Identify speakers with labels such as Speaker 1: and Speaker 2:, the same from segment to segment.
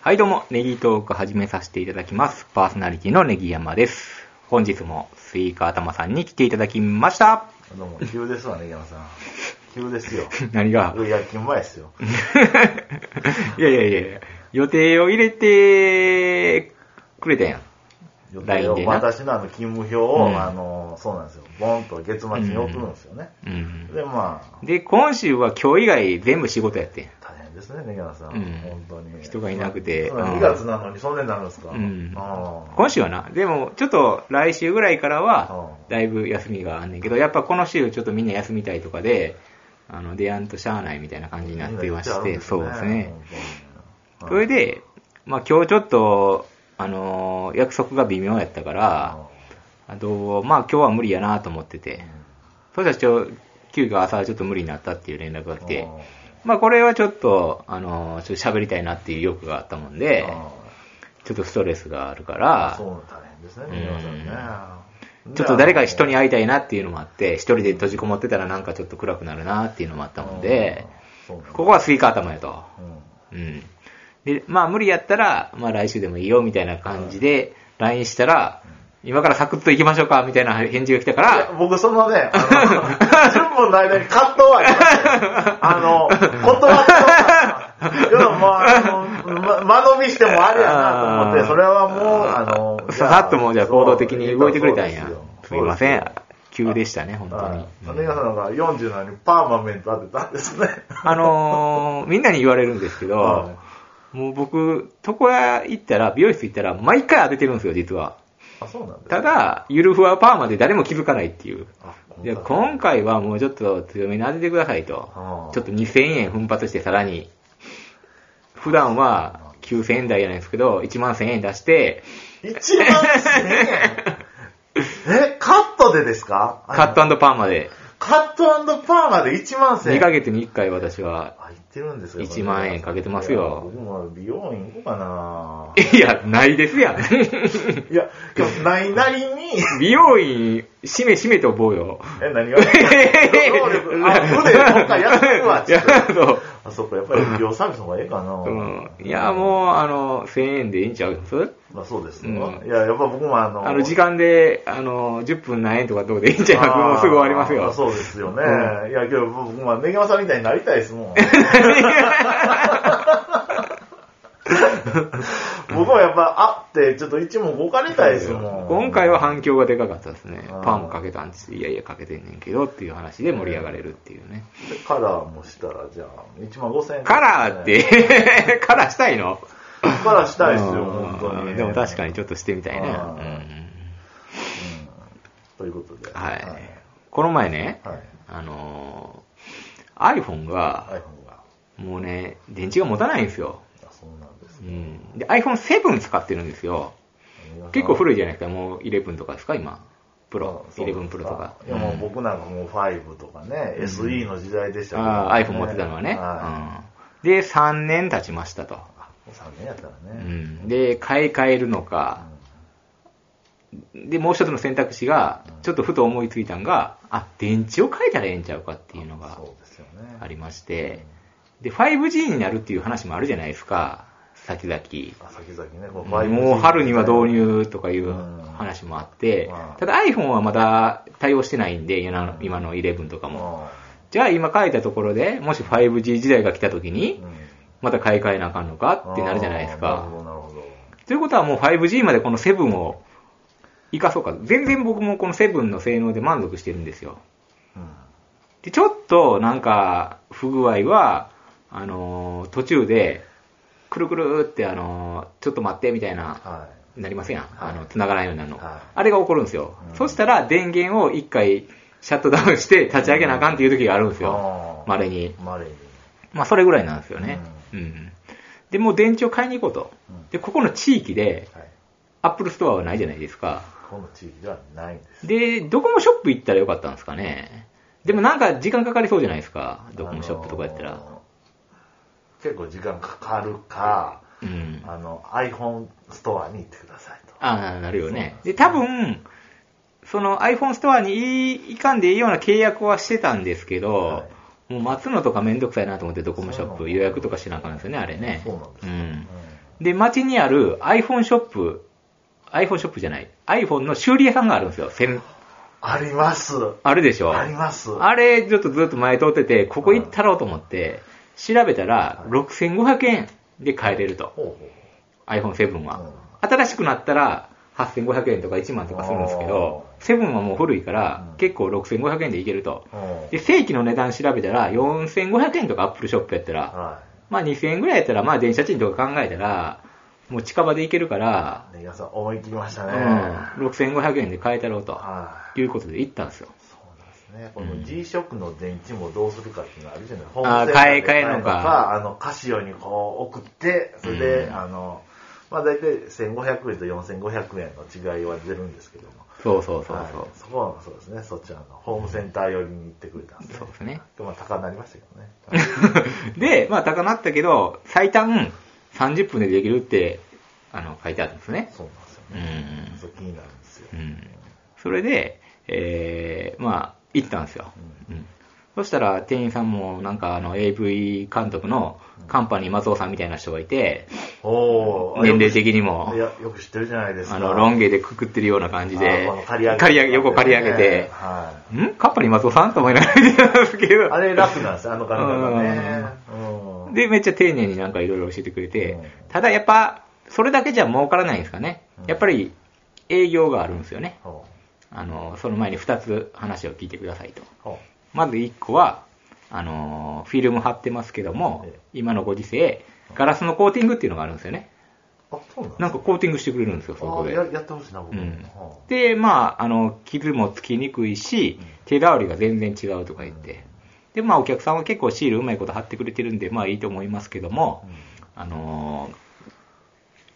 Speaker 1: はい、どうも、ネギトーク始めさせていただきます。パーソナリティのネギ山です。本日もスイカ頭さんに来ていただきました。
Speaker 2: どうも、急ですわね、山さん。急ですよ。
Speaker 1: 何が
Speaker 2: 夜勤前ですよ。
Speaker 1: いやいやいやいや予定を入れてくれたやん。
Speaker 2: 予
Speaker 1: LINE で
Speaker 2: 定を
Speaker 1: な
Speaker 2: 私のあの勤務表を、
Speaker 1: うん
Speaker 2: あの、そうなんですよ。ボンと月末に送るんですよね。
Speaker 1: うん。
Speaker 2: で、まあ、
Speaker 1: で、今週は今日以外全部仕事やってん。
Speaker 2: 大変ですね、根山さん。
Speaker 1: うん
Speaker 2: 本当に。
Speaker 1: 人がいなくて
Speaker 2: そう
Speaker 1: うん
Speaker 2: 2月なのにそんなになるんですか。
Speaker 1: うん
Speaker 2: あ
Speaker 1: 今週はな、でもちょっと来週ぐらいからは
Speaker 2: う、ん
Speaker 1: だいぶ休みがあんねんけど、やっぱこの週ちょっとみんな休みたいとかで、あの、出やんとしゃあないみたいな感じになってまして、そうですね。。それ
Speaker 2: で、
Speaker 1: で、まあ今日ちょっと、あのー約束が微妙やったから、あと、まあ今日は無理やなと思ってて、そしたらちょ、急遽朝ちょっと無理になったっていう連絡が来
Speaker 2: で
Speaker 1: て、まあこれはちょっと、あのーちょっと喋りたいなっていう欲があったもんで、ちょっとストレスがあるか
Speaker 2: そ
Speaker 1: ら、
Speaker 2: う、大変ですね、根山さんね。
Speaker 1: ちょっと誰か人に
Speaker 2: あ
Speaker 1: 会いたいなっていうのもあって、一人で閉じこもってたらなんかちょっと暗くなるなっていうのもあったもんで、、
Speaker 2: そうなんだ
Speaker 1: ここはスイカ頭やと。
Speaker 2: うん
Speaker 1: うん。で、まあ無理やったら、まあ来週でもいいよみたいな感じで、LINE したら、今からサクッと行きましょうかみたいな返事が来たか
Speaker 2: いや
Speaker 1: ら、
Speaker 2: 僕そのね、 あの、10分の間に葛藤はありますよ。あの、断ってよ要はもう、あの、ま間延びしてもあれやなと思っ
Speaker 1: あー
Speaker 2: て、それはもう、あの、
Speaker 1: ささっともうじゃあ行動的に動いてくれたんや
Speaker 2: そうで。
Speaker 1: すみませ
Speaker 2: そ
Speaker 1: ん。急でしたね、本
Speaker 2: うです
Speaker 1: 当に
Speaker 2: はい。谷川さんが47にパーマメント当てたんですね。
Speaker 1: あのー、みんなに言われるんですけど、もう僕、床屋行ったら、美容室行ったら、毎回当ててるんですよ、実は。
Speaker 2: あ、そうなんです
Speaker 1: ただ、ゆるふわパーマで誰も気づかないっていう。
Speaker 2: あ
Speaker 1: いや、
Speaker 2: こんな
Speaker 1: 今回はもうちょっと強めに当ててくださいと。
Speaker 2: あー
Speaker 1: ちょっと2000円奮発してさらに、普段は9000円台じゃないですけど、1万1000円出して、
Speaker 2: 1万1000円 え、カットでですか
Speaker 1: カットパーマで、
Speaker 2: カットパーマで1万1000
Speaker 1: 2
Speaker 2: 円
Speaker 1: ヶ月に1回私は、
Speaker 2: 入ってるんですよ。
Speaker 1: 1万円かけてますよ
Speaker 2: いや僕も美容院行こうかな
Speaker 1: いや、ないですやん。
Speaker 2: いや、でもないなりに、
Speaker 1: 美容院、しめしめと思うよ。
Speaker 2: え、何が能力、 あ、腕、今回やってるわ、
Speaker 1: い
Speaker 2: ちょ
Speaker 1: や
Speaker 2: っ と
Speaker 1: そう
Speaker 2: あ、そっか、やっぱり美容サービスの方がええかな、
Speaker 1: うんいや、もう、あの、1000円でいいんちゃうんです
Speaker 2: まあそうです
Speaker 1: うん
Speaker 2: よ。いや、やっぱ僕もあの、
Speaker 1: あの、時間で、あの、10分何円とかどうでいいんちゃいますもうすぐ終わります
Speaker 2: あ
Speaker 1: よ
Speaker 2: ー。そうですよね。
Speaker 1: う
Speaker 2: いや、けど僕も根際さんみたいになりたいで すもん。僕はやっぱ会って、ちょっと一問置かれたいですもん。
Speaker 1: 今回は反響がでかかったですね。
Speaker 2: あー
Speaker 1: パーもかけたんです。いやいや、かけてんねんけどっていう話で盛り上がれるっていうね。
Speaker 2: カラーもしたら、じゃあ、1万5000円、
Speaker 1: カラーっ。 て、カラーしたいの
Speaker 2: カラーしたいですよ、
Speaker 1: うん
Speaker 2: 本当に。
Speaker 1: でも確かにちょっとしてみたいね。う
Speaker 2: あー
Speaker 1: ん
Speaker 2: ということで。
Speaker 1: はい
Speaker 2: はい。
Speaker 1: この前ね、
Speaker 2: はい。
Speaker 1: あのー、iPhone が、
Speaker 2: iPhone が。
Speaker 1: もうね、電池が持たないんですよ。
Speaker 2: あ、そうなんです
Speaker 1: う
Speaker 2: ね。
Speaker 1: んで、iPhone7 使ってるんですよ。結構
Speaker 2: い
Speaker 1: 古いじゃないですか。もう11とかですか、今。プ
Speaker 2: プ
Speaker 1: ロ、11プロとか。
Speaker 2: いや、もう僕なんかもう5とかね、
Speaker 1: うん
Speaker 2: SE の時代でした
Speaker 1: ああ、iPhone 持ってたのはね。
Speaker 2: は
Speaker 1: うんで、3年経ちましたと。
Speaker 2: い。もう3年やったら
Speaker 1: う
Speaker 2: ね。
Speaker 1: ん、で、買い替えるのか。で、もう一つの選択肢が、ちょっとふと思いついたんが、あ、電池を変えたらええんちゃうかっていうのが
Speaker 2: そうですよね。
Speaker 1: ありまして、で、5G になるっていう話もあるじゃないですか。先々。
Speaker 2: あ先々ね、こう
Speaker 1: もう春には導。
Speaker 2: 5G
Speaker 1: 入とかいう話もあって
Speaker 2: うん、
Speaker 1: ただ iPhone はまだ対応してないんで、今の
Speaker 2: うん
Speaker 1: 今の11とかも。
Speaker 2: あ
Speaker 1: じゃあ今書いたところで、もし 5G 時代が来た時
Speaker 2: ー
Speaker 1: に
Speaker 2: う、ん
Speaker 1: また買い替えなあかんのかってなるじゃないです
Speaker 2: あーなるほ
Speaker 1: か。
Speaker 2: ど、なるほど。
Speaker 1: ということはもう 5G までこの7を生かそうか。全然僕もこの7の性能で満足してるんですよ。
Speaker 2: うん
Speaker 1: で、ちょっとなんか不具合は、あのー途中で、くるくるってあのーちょっと待ってみたいな、
Speaker 2: は
Speaker 1: なりますやん。
Speaker 2: はい
Speaker 1: あの、繋がらないようになるの。
Speaker 2: はい
Speaker 1: あれが起こるんですよ。
Speaker 2: うん
Speaker 1: そしたら電源を一回シャットダウンして立ち上げなあかんっていう時があるんですよ
Speaker 2: あ。ー
Speaker 1: 稀に。
Speaker 2: い。マレーに。
Speaker 1: まあ、それぐらいなんですよね。う。
Speaker 2: うん
Speaker 1: で、もう電池を買いに行こうと
Speaker 2: うん。
Speaker 1: で、ここの地域で、
Speaker 2: はい。
Speaker 1: アップルストアはないじゃないですか。
Speaker 2: この地域ではないんです。
Speaker 1: で、ドコモショップ行ったらよかったんですかね。でもなんか時間かかりそうじゃないですか。ドコモショップとかやった
Speaker 2: あ
Speaker 1: ら。
Speaker 2: のー。結構時間かかるか、
Speaker 1: うん。
Speaker 2: あの、iPhone ストアに行ってくださいと。
Speaker 1: ああ、なるよね。で、多分、その iPhone ストアにいいかんでいいような契約はしてたんですけど、
Speaker 2: は
Speaker 1: もう待つのとかめんどくさいなと思ってドコモショップ予約とかしなあかんですよね、あれね。
Speaker 2: そうなんです
Speaker 1: う
Speaker 2: よ
Speaker 1: ん。で、街にある iPhone ショップ、iPhone ショップじゃない、iPhone の修理屋さんがあるんですよ。せん
Speaker 2: あります。
Speaker 1: あるでしょ
Speaker 2: あります。
Speaker 1: あれ、ちょっとずっと前通ってて、ここ行ったろうと思って、調べたら、6500円で買えれると。
Speaker 2: ほうほう
Speaker 1: iPhone7
Speaker 2: う
Speaker 1: は
Speaker 2: ん。
Speaker 1: 新しくなったら、8500円とか1万とかするんですけど、7はもう古いから
Speaker 2: う、ん
Speaker 1: 結構6500円でいけると。
Speaker 2: うん
Speaker 1: で、正規の値段調べたら、4500円とか Apple ショップやったら、
Speaker 2: は
Speaker 1: まあ2000円ぐらいやったら、まあ電車賃とか考えたら、もう近場で行けるから、
Speaker 2: い。ね、皆さん思い切りました
Speaker 1: う
Speaker 2: ね。
Speaker 1: ん、6500円で買えたろうと。
Speaker 2: はい。
Speaker 1: いうことで行ったんですよ。
Speaker 2: そうなんですね。こ
Speaker 1: うん
Speaker 2: の G ショックの電池もどうするかっていうのあるじゃないです
Speaker 1: あー買え買えるのか
Speaker 2: あの、カシオにこう送って、それで、
Speaker 1: うん
Speaker 2: あの、まあ大体1500円と4500円の違いは出るんですけども。
Speaker 1: そうそうそう
Speaker 2: はい
Speaker 1: そう。
Speaker 2: そこはそうですね。そっちはあの、ホームセンター寄りに行ってくれたんですね。
Speaker 1: そうです ね。
Speaker 2: まあ高くなりましたけどね。はい
Speaker 1: で、まあ高なったけど、最短30分でできるって、あの、書いてあるんですね。
Speaker 2: そうなんですよ
Speaker 1: う
Speaker 2: ね。
Speaker 1: ん。
Speaker 2: そう気になるんですよ
Speaker 1: う。ん。それで、えー、まあ、行ったんですよ。うん。そしたら、店員さんも、なんか、あの、AV 監督のカンパニー松尾さんみたいな人がいて、
Speaker 2: おー
Speaker 1: 年齢的にも
Speaker 2: い、や、よく知ってるじゃないですか。
Speaker 1: あの、ロン毛でくくってるような感じで
Speaker 2: あこの、刈り上げ
Speaker 1: 刈り上げ、横刈り上げて、
Speaker 2: はい。
Speaker 1: んカンパニー松尾さんと思いながら見てたんですけど。
Speaker 2: あれ楽なんですよ、あの髪型ね。うん
Speaker 1: で、めっちゃ丁寧になんかいろいろ教えてくれて、
Speaker 2: うん
Speaker 1: ただやっぱ、それだけじゃ儲からないんですかね
Speaker 2: うん。
Speaker 1: やっぱり営業があるんですよね。
Speaker 2: ほ
Speaker 1: あの、その前に2つ話を聞いてくださいと。
Speaker 2: うほ
Speaker 1: まず1個は、あの、フィルム貼ってますけども
Speaker 2: ええ、
Speaker 1: 今のご時世、ガラスのコーティングっていうのがあるんですよね。
Speaker 2: うあ、そうなん
Speaker 1: なんかコーティングしてくれるんですよ、そこ
Speaker 2: あ
Speaker 1: で。
Speaker 2: ややってほしいな、僕。
Speaker 1: うん
Speaker 2: ほう
Speaker 1: で、まあ、あの、傷もつきにくいし
Speaker 2: うん、
Speaker 1: 手触りが全然違うとか言って。で、まあ、お客さんは結構シールうまいこと貼ってくれてるんで、まあいいと思いますけども、あのー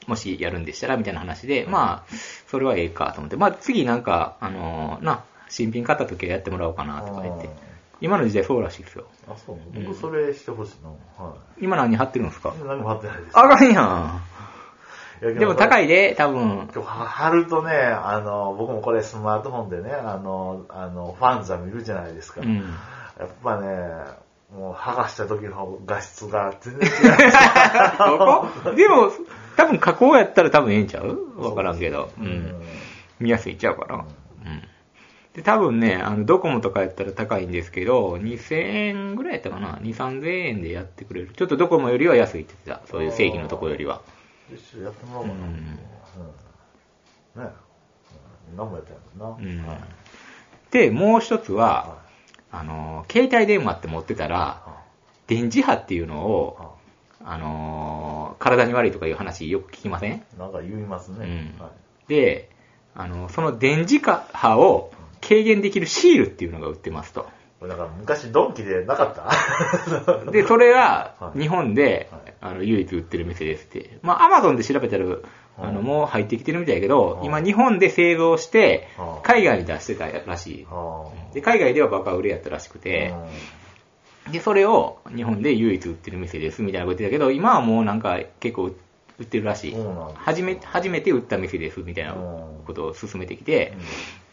Speaker 1: もしやるんでしたら、みたいな話で、まあ、それはええかと思って、まあ次なんか、あのーな、新品買った時はやってもらおうかなとか言って
Speaker 2: うん、
Speaker 1: 今の時代そうらしいですよ。
Speaker 2: あ、そう
Speaker 1: うん
Speaker 2: 僕それしてほしいな。は
Speaker 1: 今何貼ってるんですか
Speaker 2: い。何も貼ってないです。
Speaker 1: あかんや
Speaker 2: いや
Speaker 1: ん。でも高
Speaker 2: い。
Speaker 1: いで、多分。
Speaker 2: 今日は貼るとね、あの、僕もこれスマートフォンでね、あの、あの、ファンザ見るじゃないですか。
Speaker 1: う
Speaker 2: や
Speaker 1: ん。
Speaker 2: っぱね、もう剥がした時の画質が全然違
Speaker 1: そこ でも、多分加工やったら多分ええんちゃうわからんけど。う
Speaker 2: う。
Speaker 1: ん。見やすいんちゃうかな。うん。で、多分ね、あの、ドコモとかやったら高いんですけど、2000円ぐらいやったかな ?2、3000円でやってくれる。ちょっとドコモよりは安いって言ってた。そういう正義のとこよりは。
Speaker 2: 一緒やってもらおうか
Speaker 1: う
Speaker 2: な。
Speaker 1: ん
Speaker 2: うんねえ。うん何もやってないも
Speaker 1: うんん
Speaker 2: な。はい。
Speaker 1: で、もう一つは、
Speaker 2: は
Speaker 1: あの、携帯電話って持ってたら、電磁波っていうの
Speaker 2: い
Speaker 1: を、
Speaker 2: は
Speaker 1: あのー、体に悪いとかいう話よく聞きません
Speaker 2: いなんか言いますね。
Speaker 1: うん
Speaker 2: はい
Speaker 1: で、あの、その電磁波を軽減できるシールっていうのが売ってますと。
Speaker 2: これだから昔ドンキでなか った
Speaker 1: で、それが
Speaker 2: はい
Speaker 1: 日本で、
Speaker 2: はい
Speaker 1: あの唯一売ってる店ですって。まあ、アマゾンで調べたら、あの、もう入ってきてるみたいやけど、
Speaker 2: はい
Speaker 1: 今日本で製造して
Speaker 2: は、い
Speaker 1: 海外に出してたらし
Speaker 2: あ
Speaker 1: い。で、海外ではバカ売れやったらしく
Speaker 2: ー
Speaker 1: て
Speaker 2: う、ん
Speaker 1: で、それを日本で唯一売ってる店ですみたいなこと言ってたけど、今はもうなんか結構売ってるらしい
Speaker 2: そうなんです。ね
Speaker 1: 初め初めて売った店ですみたいなことを進めてきて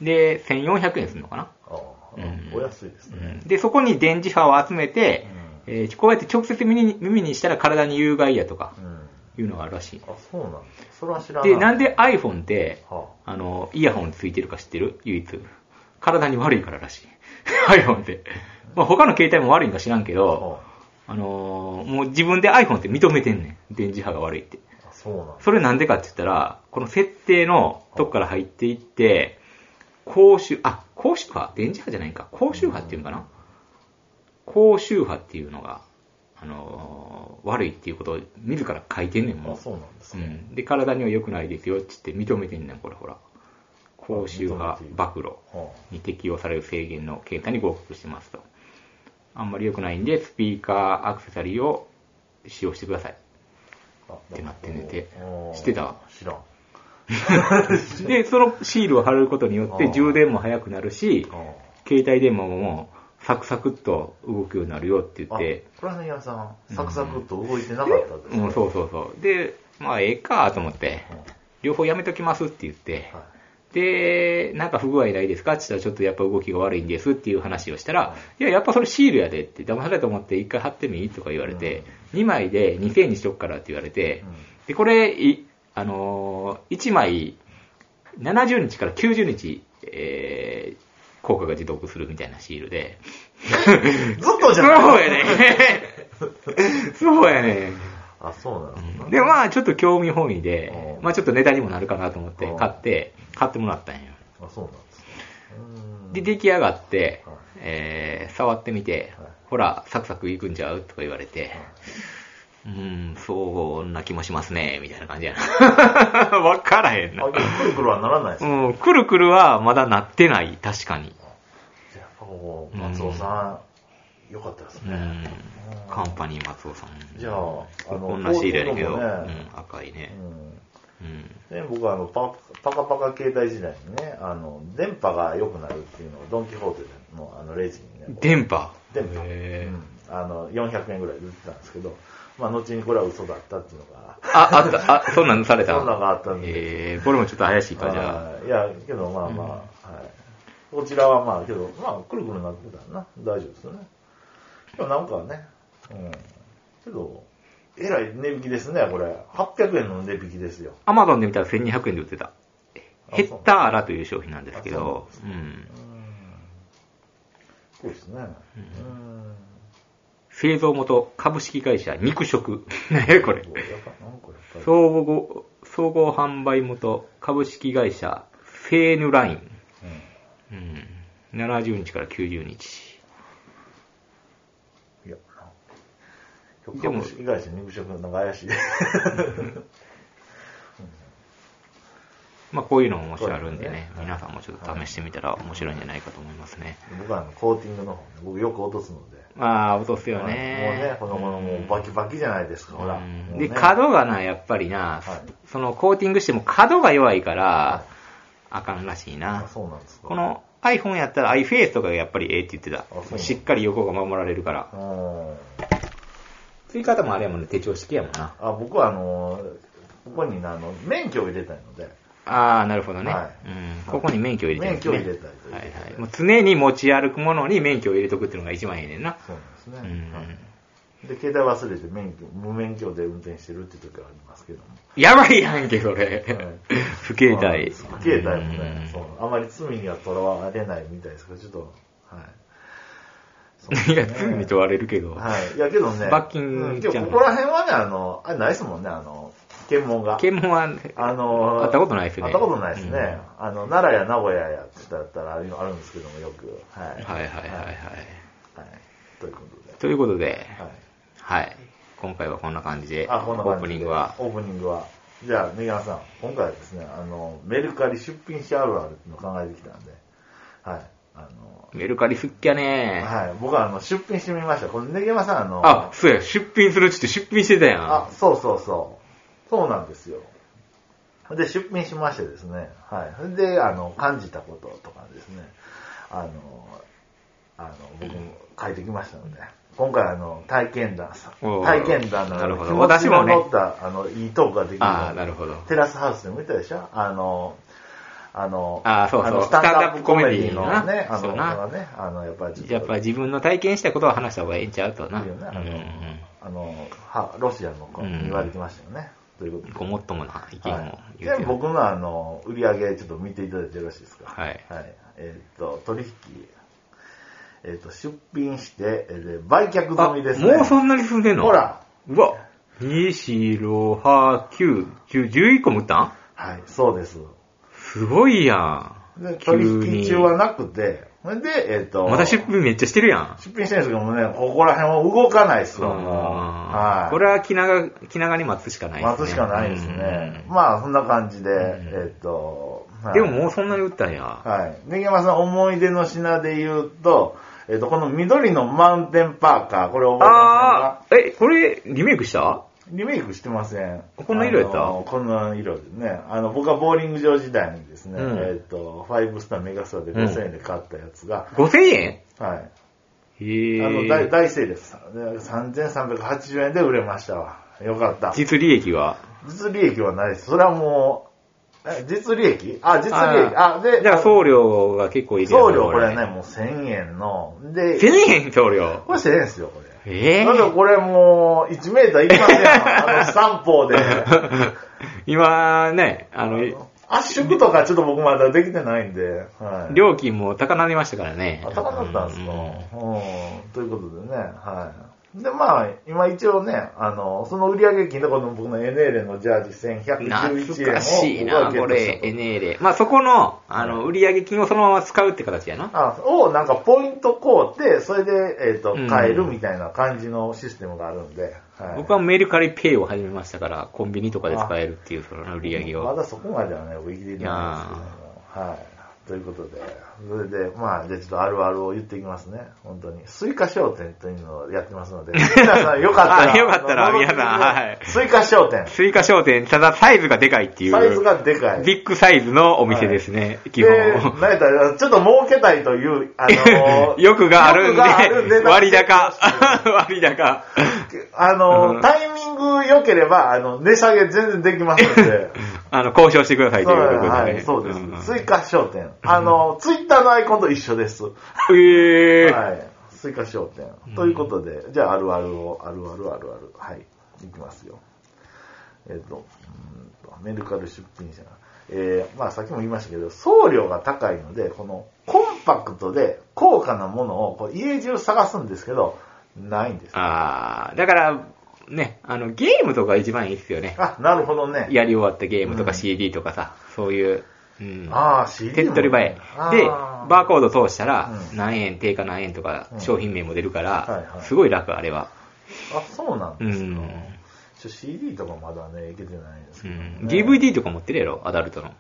Speaker 2: うん、
Speaker 1: で、1400円するのかな。
Speaker 2: あ
Speaker 1: うん
Speaker 2: ーお安いですね。
Speaker 1: で、そこに電磁波を集めて、えーこうやって直接耳に耳にしたら体に有害やとか
Speaker 2: うんうん
Speaker 1: いうのがあるらしい。
Speaker 2: あ、そうなんだそれは知らない。
Speaker 1: で、なんで iPhone って、
Speaker 2: は
Speaker 1: あの、イヤホンついてるか知ってる唯一。体に悪いかららしい。iPhone って。まあ、他の携帯も悪いんか知らんけ
Speaker 2: あ
Speaker 1: ど、あ
Speaker 2: は
Speaker 1: のーもう自分で iPhone って認めてんねん。電磁波が悪いって。
Speaker 2: ああそうなんだ
Speaker 1: それなんでかって言ったら、この設定のとこから入っていって、高周、あ、高周波電磁波じゃないか。高周波っていうのかな高周波っていうのが、あのー悪いっていうことを自ら書いてんねん、も
Speaker 2: あ、そうなんで
Speaker 1: う。
Speaker 2: す
Speaker 1: う
Speaker 2: ね。
Speaker 1: ん。で、体には良くないですよって言って認めてんねん、これほら。高周波暴露
Speaker 2: は
Speaker 1: に適用される制限の検査に合格してますと。あんまり良くないんで、スピーカーアクセサリーを使用してください。
Speaker 2: あ
Speaker 1: ってなって寝て
Speaker 2: うん
Speaker 1: 知ってた
Speaker 2: 知らん。
Speaker 1: で、そのシールを貼ることによっ
Speaker 2: あ
Speaker 1: て
Speaker 2: ー
Speaker 1: 充電も早くなるし、
Speaker 2: うん
Speaker 1: 携帯電話ももうサクサクっと動くようになるよって言
Speaker 2: あ
Speaker 1: って、、
Speaker 2: これはね、皆さん、サクサクっと動いてなかったです
Speaker 1: うん、そうそうそう。で、まあええかと思って、
Speaker 2: うん
Speaker 1: 両方やめときますって言って、
Speaker 2: は
Speaker 1: で、なんか不具合ないですかって言ったら、ちょっとやっぱ動きが悪いんですっていう話をしたら、いや、やっぱそれシールやでって、騙されたと思って1回貼ってみとか言われて、2枚で2000円にしとくからって言われて、で、これ、いあのー、1枚70日から90日、えー、効果が持続するみたいなシールで、
Speaker 2: ずっとじ
Speaker 1: そ
Speaker 2: ゃない
Speaker 1: や
Speaker 2: う
Speaker 1: ね。そうやね。
Speaker 2: あ、そうなの、
Speaker 1: で、まあちょっと興味本位で
Speaker 2: う、ん
Speaker 1: まあちょっとネタにもなるかなと思って
Speaker 2: うん
Speaker 1: 買って、買ってもらったんよ。
Speaker 2: あ、そうなんですねうーん
Speaker 1: で、出来上がって
Speaker 2: はい、
Speaker 1: えー触ってみて
Speaker 2: はい、
Speaker 1: ほら、サクサクいくんちゃうとか言われて、うーん、そんな気もしますね、みたいな感じや な。わからへんな
Speaker 2: あ、。くるくるはならないですか、
Speaker 1: うん、くるくるはまだなってない、確かに。
Speaker 2: じゃあやっぱこう、松尾さん、よかったです
Speaker 1: う
Speaker 2: ね。
Speaker 1: ん、カンパニー松尾さん。
Speaker 2: じゃあ、あの、
Speaker 1: こんなシールやねんけど、う
Speaker 2: こういうのもね
Speaker 1: ん、赤いね。
Speaker 2: うん
Speaker 1: うん
Speaker 2: ね、僕はあのパパカパカ携帯時代にね、あの電波が良くなるっていうのをドン・キホーテのあのレジにね、
Speaker 1: 電波
Speaker 2: 電波、
Speaker 1: へー
Speaker 2: うんあの400円ぐらいで売ってたんですけど、まあ、後にこれは嘘だったっていうのが、
Speaker 1: あ、あった、あ、そんなんされた
Speaker 2: そんなのがあったんで、
Speaker 1: えー、これもちょっと怪しいか、じゃあ。
Speaker 2: はいいや、けどまあまあ、はい、こちらはまあ、けど、まあ、くるくるなってたらな、大丈夫ですよね。でもなんかね、うん、けど、えらい値引きですね、これ、800円の値引きですよ。
Speaker 1: アマゾンで見たら1200円で売ってた。
Speaker 2: あ
Speaker 1: ヘッターラという商品なんですけどう。
Speaker 2: あ、そうなんそうですね。うん。
Speaker 1: 製造元株式会社肉食。ねこれ。
Speaker 2: やっぱなんかやっぱり。う。
Speaker 1: 総合、総合販売元株式会社フェーヌライン。うん。70日から90日。
Speaker 2: ん。いや、なんか。
Speaker 1: で
Speaker 2: で
Speaker 1: も
Speaker 2: も、以外して肉食なんか 怪しい。
Speaker 1: まあこういうのも面白いあるんでね、
Speaker 2: そうですね
Speaker 1: 皆さんもちょっと試してみたら面白いんじゃないかと思いますね。
Speaker 2: 僕はあのコーティングの方ね、僕よく落とすので。
Speaker 1: ああ、落とすよ
Speaker 2: もう
Speaker 1: ね
Speaker 2: ね、。この頃もうバキバキじゃないですか、ほら。
Speaker 1: うん
Speaker 2: もうね
Speaker 1: で、角がな、やっぱりな、
Speaker 2: はい
Speaker 1: そのコーティングしても角が弱いから、
Speaker 2: は
Speaker 1: あかんらしい
Speaker 2: あ
Speaker 1: な。
Speaker 2: そうなんですか。
Speaker 1: この iPhone やったら iFace とかがやっぱりええって言って
Speaker 2: そうな
Speaker 1: た。
Speaker 2: の
Speaker 1: しっかり横が守られるから。
Speaker 2: うん。
Speaker 1: 追加方もあれやもんね、手帳式やもんな。
Speaker 2: あ、僕はあの、ここにねあの、免許を入れたいので。
Speaker 1: ああ、なるほどね、
Speaker 2: は
Speaker 1: うん。ここに免許を入れてるんですね
Speaker 2: 免許を入れたいということで
Speaker 1: はいはい。もう常に持ち歩くものに免許を入れとくっていうのが一番ええねんな。
Speaker 2: そうなんですね。
Speaker 1: うん
Speaker 2: はいで、携帯忘れて免許、無免許で運転してるって時はありますけども。
Speaker 1: やばいやんけ、それ。
Speaker 2: はい
Speaker 1: 不携帯。
Speaker 2: 不携帯も
Speaker 1: うん
Speaker 2: ね、そうあまり罪にはとらわれないみたいですけど、ちょっと、はい。そう
Speaker 1: いや、罪に問われるけど。
Speaker 2: はい。いや、けどね、
Speaker 1: 罰金
Speaker 2: うん、
Speaker 1: ち
Speaker 2: で
Speaker 1: ゃう
Speaker 2: もここら辺はね、あの、あれないですもんね、あの、検問が。
Speaker 1: 検問は、
Speaker 2: あの、
Speaker 1: 会ったことないですね
Speaker 2: 会ったことないですね。あの、奈良や名古屋やって言ったらあるあるんですけども、よく。はい。
Speaker 1: はいはいはい
Speaker 2: は
Speaker 1: はい
Speaker 2: い。。ということで。
Speaker 1: ということで、
Speaker 2: はい。
Speaker 1: はい。今回はこんな感じで、
Speaker 2: あ、こんな
Speaker 1: オー
Speaker 2: 感
Speaker 1: プ
Speaker 2: じで
Speaker 1: ニングは。
Speaker 2: オープニングは。じゃあ、根川さん、今回はですね、あの、メルカリ出品者あるあるっていうのを考えてきたんで、はい。あの、
Speaker 1: メルカリすっきゃね
Speaker 2: はい。僕はあの、出品してみました。この根川さん、あの、
Speaker 1: あ、そうや、出品するっつって出品してたやん。
Speaker 2: あそうそうそう。そうなんですよ。で、出品しましてですね、はい。で、あの、感じたこととかですね、あの、あの、僕も書いてきましたので、今回あの、体験談さ、
Speaker 1: おー
Speaker 2: 体験談の
Speaker 1: な
Speaker 2: あ
Speaker 1: る
Speaker 2: の
Speaker 1: ほど
Speaker 2: 気持ちが
Speaker 1: 私もね
Speaker 2: 乗った、あの、いいトークができるように
Speaker 1: あーなるほど
Speaker 2: テラスハウスでも言ったでしょあの、あの、
Speaker 1: あーそうそう
Speaker 2: の
Speaker 1: ス
Speaker 2: ス
Speaker 1: タ
Speaker 2: タ
Speaker 1: ン
Speaker 2: ン
Speaker 1: ダ
Speaker 2: ダ
Speaker 1: ッ
Speaker 2: ッ
Speaker 1: プ
Speaker 2: プ
Speaker 1: コ
Speaker 2: コ
Speaker 1: メ
Speaker 2: メ
Speaker 1: デ
Speaker 2: デ
Speaker 1: ィ
Speaker 2: ィ
Speaker 1: ー
Speaker 2: の
Speaker 1: のな
Speaker 2: ね、あ
Speaker 1: そ
Speaker 2: の、
Speaker 1: うな
Speaker 2: ね、あの、やっぱりちょっと
Speaker 1: やっぱ自分の体験したことを話した方がええんちゃうとな。
Speaker 2: いいよね、あの、
Speaker 1: うん
Speaker 2: あのはロシアの子に言われてましたよね。という
Speaker 1: う
Speaker 2: こ
Speaker 1: ん。
Speaker 2: と
Speaker 1: ごもっともな意見
Speaker 2: で。は
Speaker 1: を
Speaker 2: い、
Speaker 1: 言う
Speaker 2: で
Speaker 1: てる
Speaker 2: 僕のあの売り上げちょっと見ていただいてよろしいですか。
Speaker 1: はい
Speaker 2: えーっと、取引、えーっと、出品して、えーで売却
Speaker 1: あ
Speaker 2: 済みですね。
Speaker 1: もうそんなに進んでんの
Speaker 2: ほ。ら。
Speaker 1: うわ。2、4、8、9、10、11個も売ったん
Speaker 2: はい、そうです。
Speaker 1: すごいやん。
Speaker 2: で
Speaker 1: 急に
Speaker 2: 取引中はなくて、ほんで、えーっと、
Speaker 1: また出品めっちゃしてるやん。
Speaker 2: 出品してるんですけどもね、ここら辺は動かないですよ、もう。
Speaker 1: あ
Speaker 2: は
Speaker 1: ー
Speaker 2: い。
Speaker 1: これは気長、気長に待つしかないですね。
Speaker 2: 待つしかないですね。まあ、そんな感じで、えっと、
Speaker 1: う
Speaker 2: は
Speaker 1: んで
Speaker 2: い
Speaker 1: ももうそんなに打ったんや。
Speaker 2: はい。根山さん、思い出の品で言うと、えっと、この緑のマウンテンパーカー、これ覚えてま
Speaker 1: ああ、え、これリメイクした
Speaker 2: すかリメイクしてません。
Speaker 1: こんな色やった
Speaker 2: あのこんな色でね。あの、僕はボーリング場時代にですね、
Speaker 1: うん
Speaker 2: えっと、ファイブスターメガスターで5000円で買ったやつが、
Speaker 1: ?5000 円
Speaker 2: はい。あの、
Speaker 1: へ
Speaker 2: 大
Speaker 1: え。
Speaker 2: 大セールです。3380円で売れましたわ。よかった。
Speaker 1: 実利益は
Speaker 2: 実利益はないです。それはもう、え実利益あ、実利益。あ、で、
Speaker 1: だから送料が結構いるやつ
Speaker 2: 送料これね、。もう1000円の。で、
Speaker 1: 1000円送料
Speaker 2: これ1000円ですよ、これ。
Speaker 1: ええ
Speaker 2: なんかこれもう、1メーターいきま すやん。あの、スタンポーで。
Speaker 1: 今ね、あの、
Speaker 2: 圧縮とかちょっと僕まだできてないんで。はい。
Speaker 1: 料金も高なりましたからね。
Speaker 2: あ高かったんですか。
Speaker 1: う
Speaker 2: うん。ということでね、はい。で、まあ、今一応ね、あの、その売上金でこの僕のエネーレのジャージ1111円を。
Speaker 1: 懐かしいな、
Speaker 2: 僕
Speaker 1: こ
Speaker 2: はゲットした
Speaker 1: れ、エネーレ。まあ、そこの、あの、売上金をそのまま使うって形やな。
Speaker 2: あをなんかポイントこうって、それで、えっと
Speaker 1: うん
Speaker 2: 買えるみたいな感じのシステムがあるんで、はい、
Speaker 1: 僕はメルカリペイを始めましたから、コンビニとかで使えるっていう、その売上
Speaker 2: ま
Speaker 1: を。
Speaker 2: だそこまではね、僕、いきりないんですけども、はい。ということで、それで、まあ、じゃあちょっとあるあるを言っていきますね、本当に。スイカ商店というのをやってますので、皆さんよかったら、
Speaker 1: あよかったら
Speaker 2: あの
Speaker 1: 皆さんはい
Speaker 2: スイカ商店、
Speaker 1: スイカ商店、ただサイズがでかいっていう。
Speaker 2: サイズがでかい。
Speaker 1: ビッグサイズのお店ですね、基
Speaker 2: で、
Speaker 1: 本。
Speaker 2: なんやったらちょっと儲けたいという、あの ー
Speaker 1: 欲があるんで、
Speaker 2: 欲があるんで
Speaker 1: 割 高。割高。
Speaker 2: あ
Speaker 1: う
Speaker 2: の、
Speaker 1: ん
Speaker 2: タイミング良ければ、あの、値下げ全然できますの で。
Speaker 1: あの、交渉してくださいと
Speaker 2: そう
Speaker 1: いうこと
Speaker 2: は
Speaker 1: でね。
Speaker 2: い、そうで
Speaker 1: ん
Speaker 2: す。スイカ商店。あの、ツイッターのアイコンと一緒です。は
Speaker 1: えー
Speaker 2: い。スイカ商店。ということで、じゃあ、あるあるを、あるあるあるある。はい。いきますよ。えっ、と、うーんとメルカリ出品者。えー、まあさっきも言いましたけど、送料が高いので、このコンパクトで高価なものをこう家中探すんですけど、ないんです。
Speaker 1: あーだから、ね、あの、ゲームとか一番いいっすよね。
Speaker 2: あ、なるほどね。
Speaker 1: やり終わったゲームとか
Speaker 2: うん
Speaker 1: CD とかさ、そういう、うん。
Speaker 2: ああ、CD も
Speaker 1: 手っ取り早い。で、
Speaker 2: あ
Speaker 1: バーコード通したら
Speaker 2: う、ん
Speaker 1: 何円、定価何円とか
Speaker 2: う、ん
Speaker 1: 商品名も出るか
Speaker 2: はいは
Speaker 1: ら、
Speaker 2: い
Speaker 1: すごい楽、あれは。
Speaker 2: あ、そうなんですか。
Speaker 1: うん
Speaker 2: ちょ CD とかまだね、いけてないんです
Speaker 1: う
Speaker 2: けど、ね
Speaker 1: ん。DVD とか持ってるやろ、アダルトの。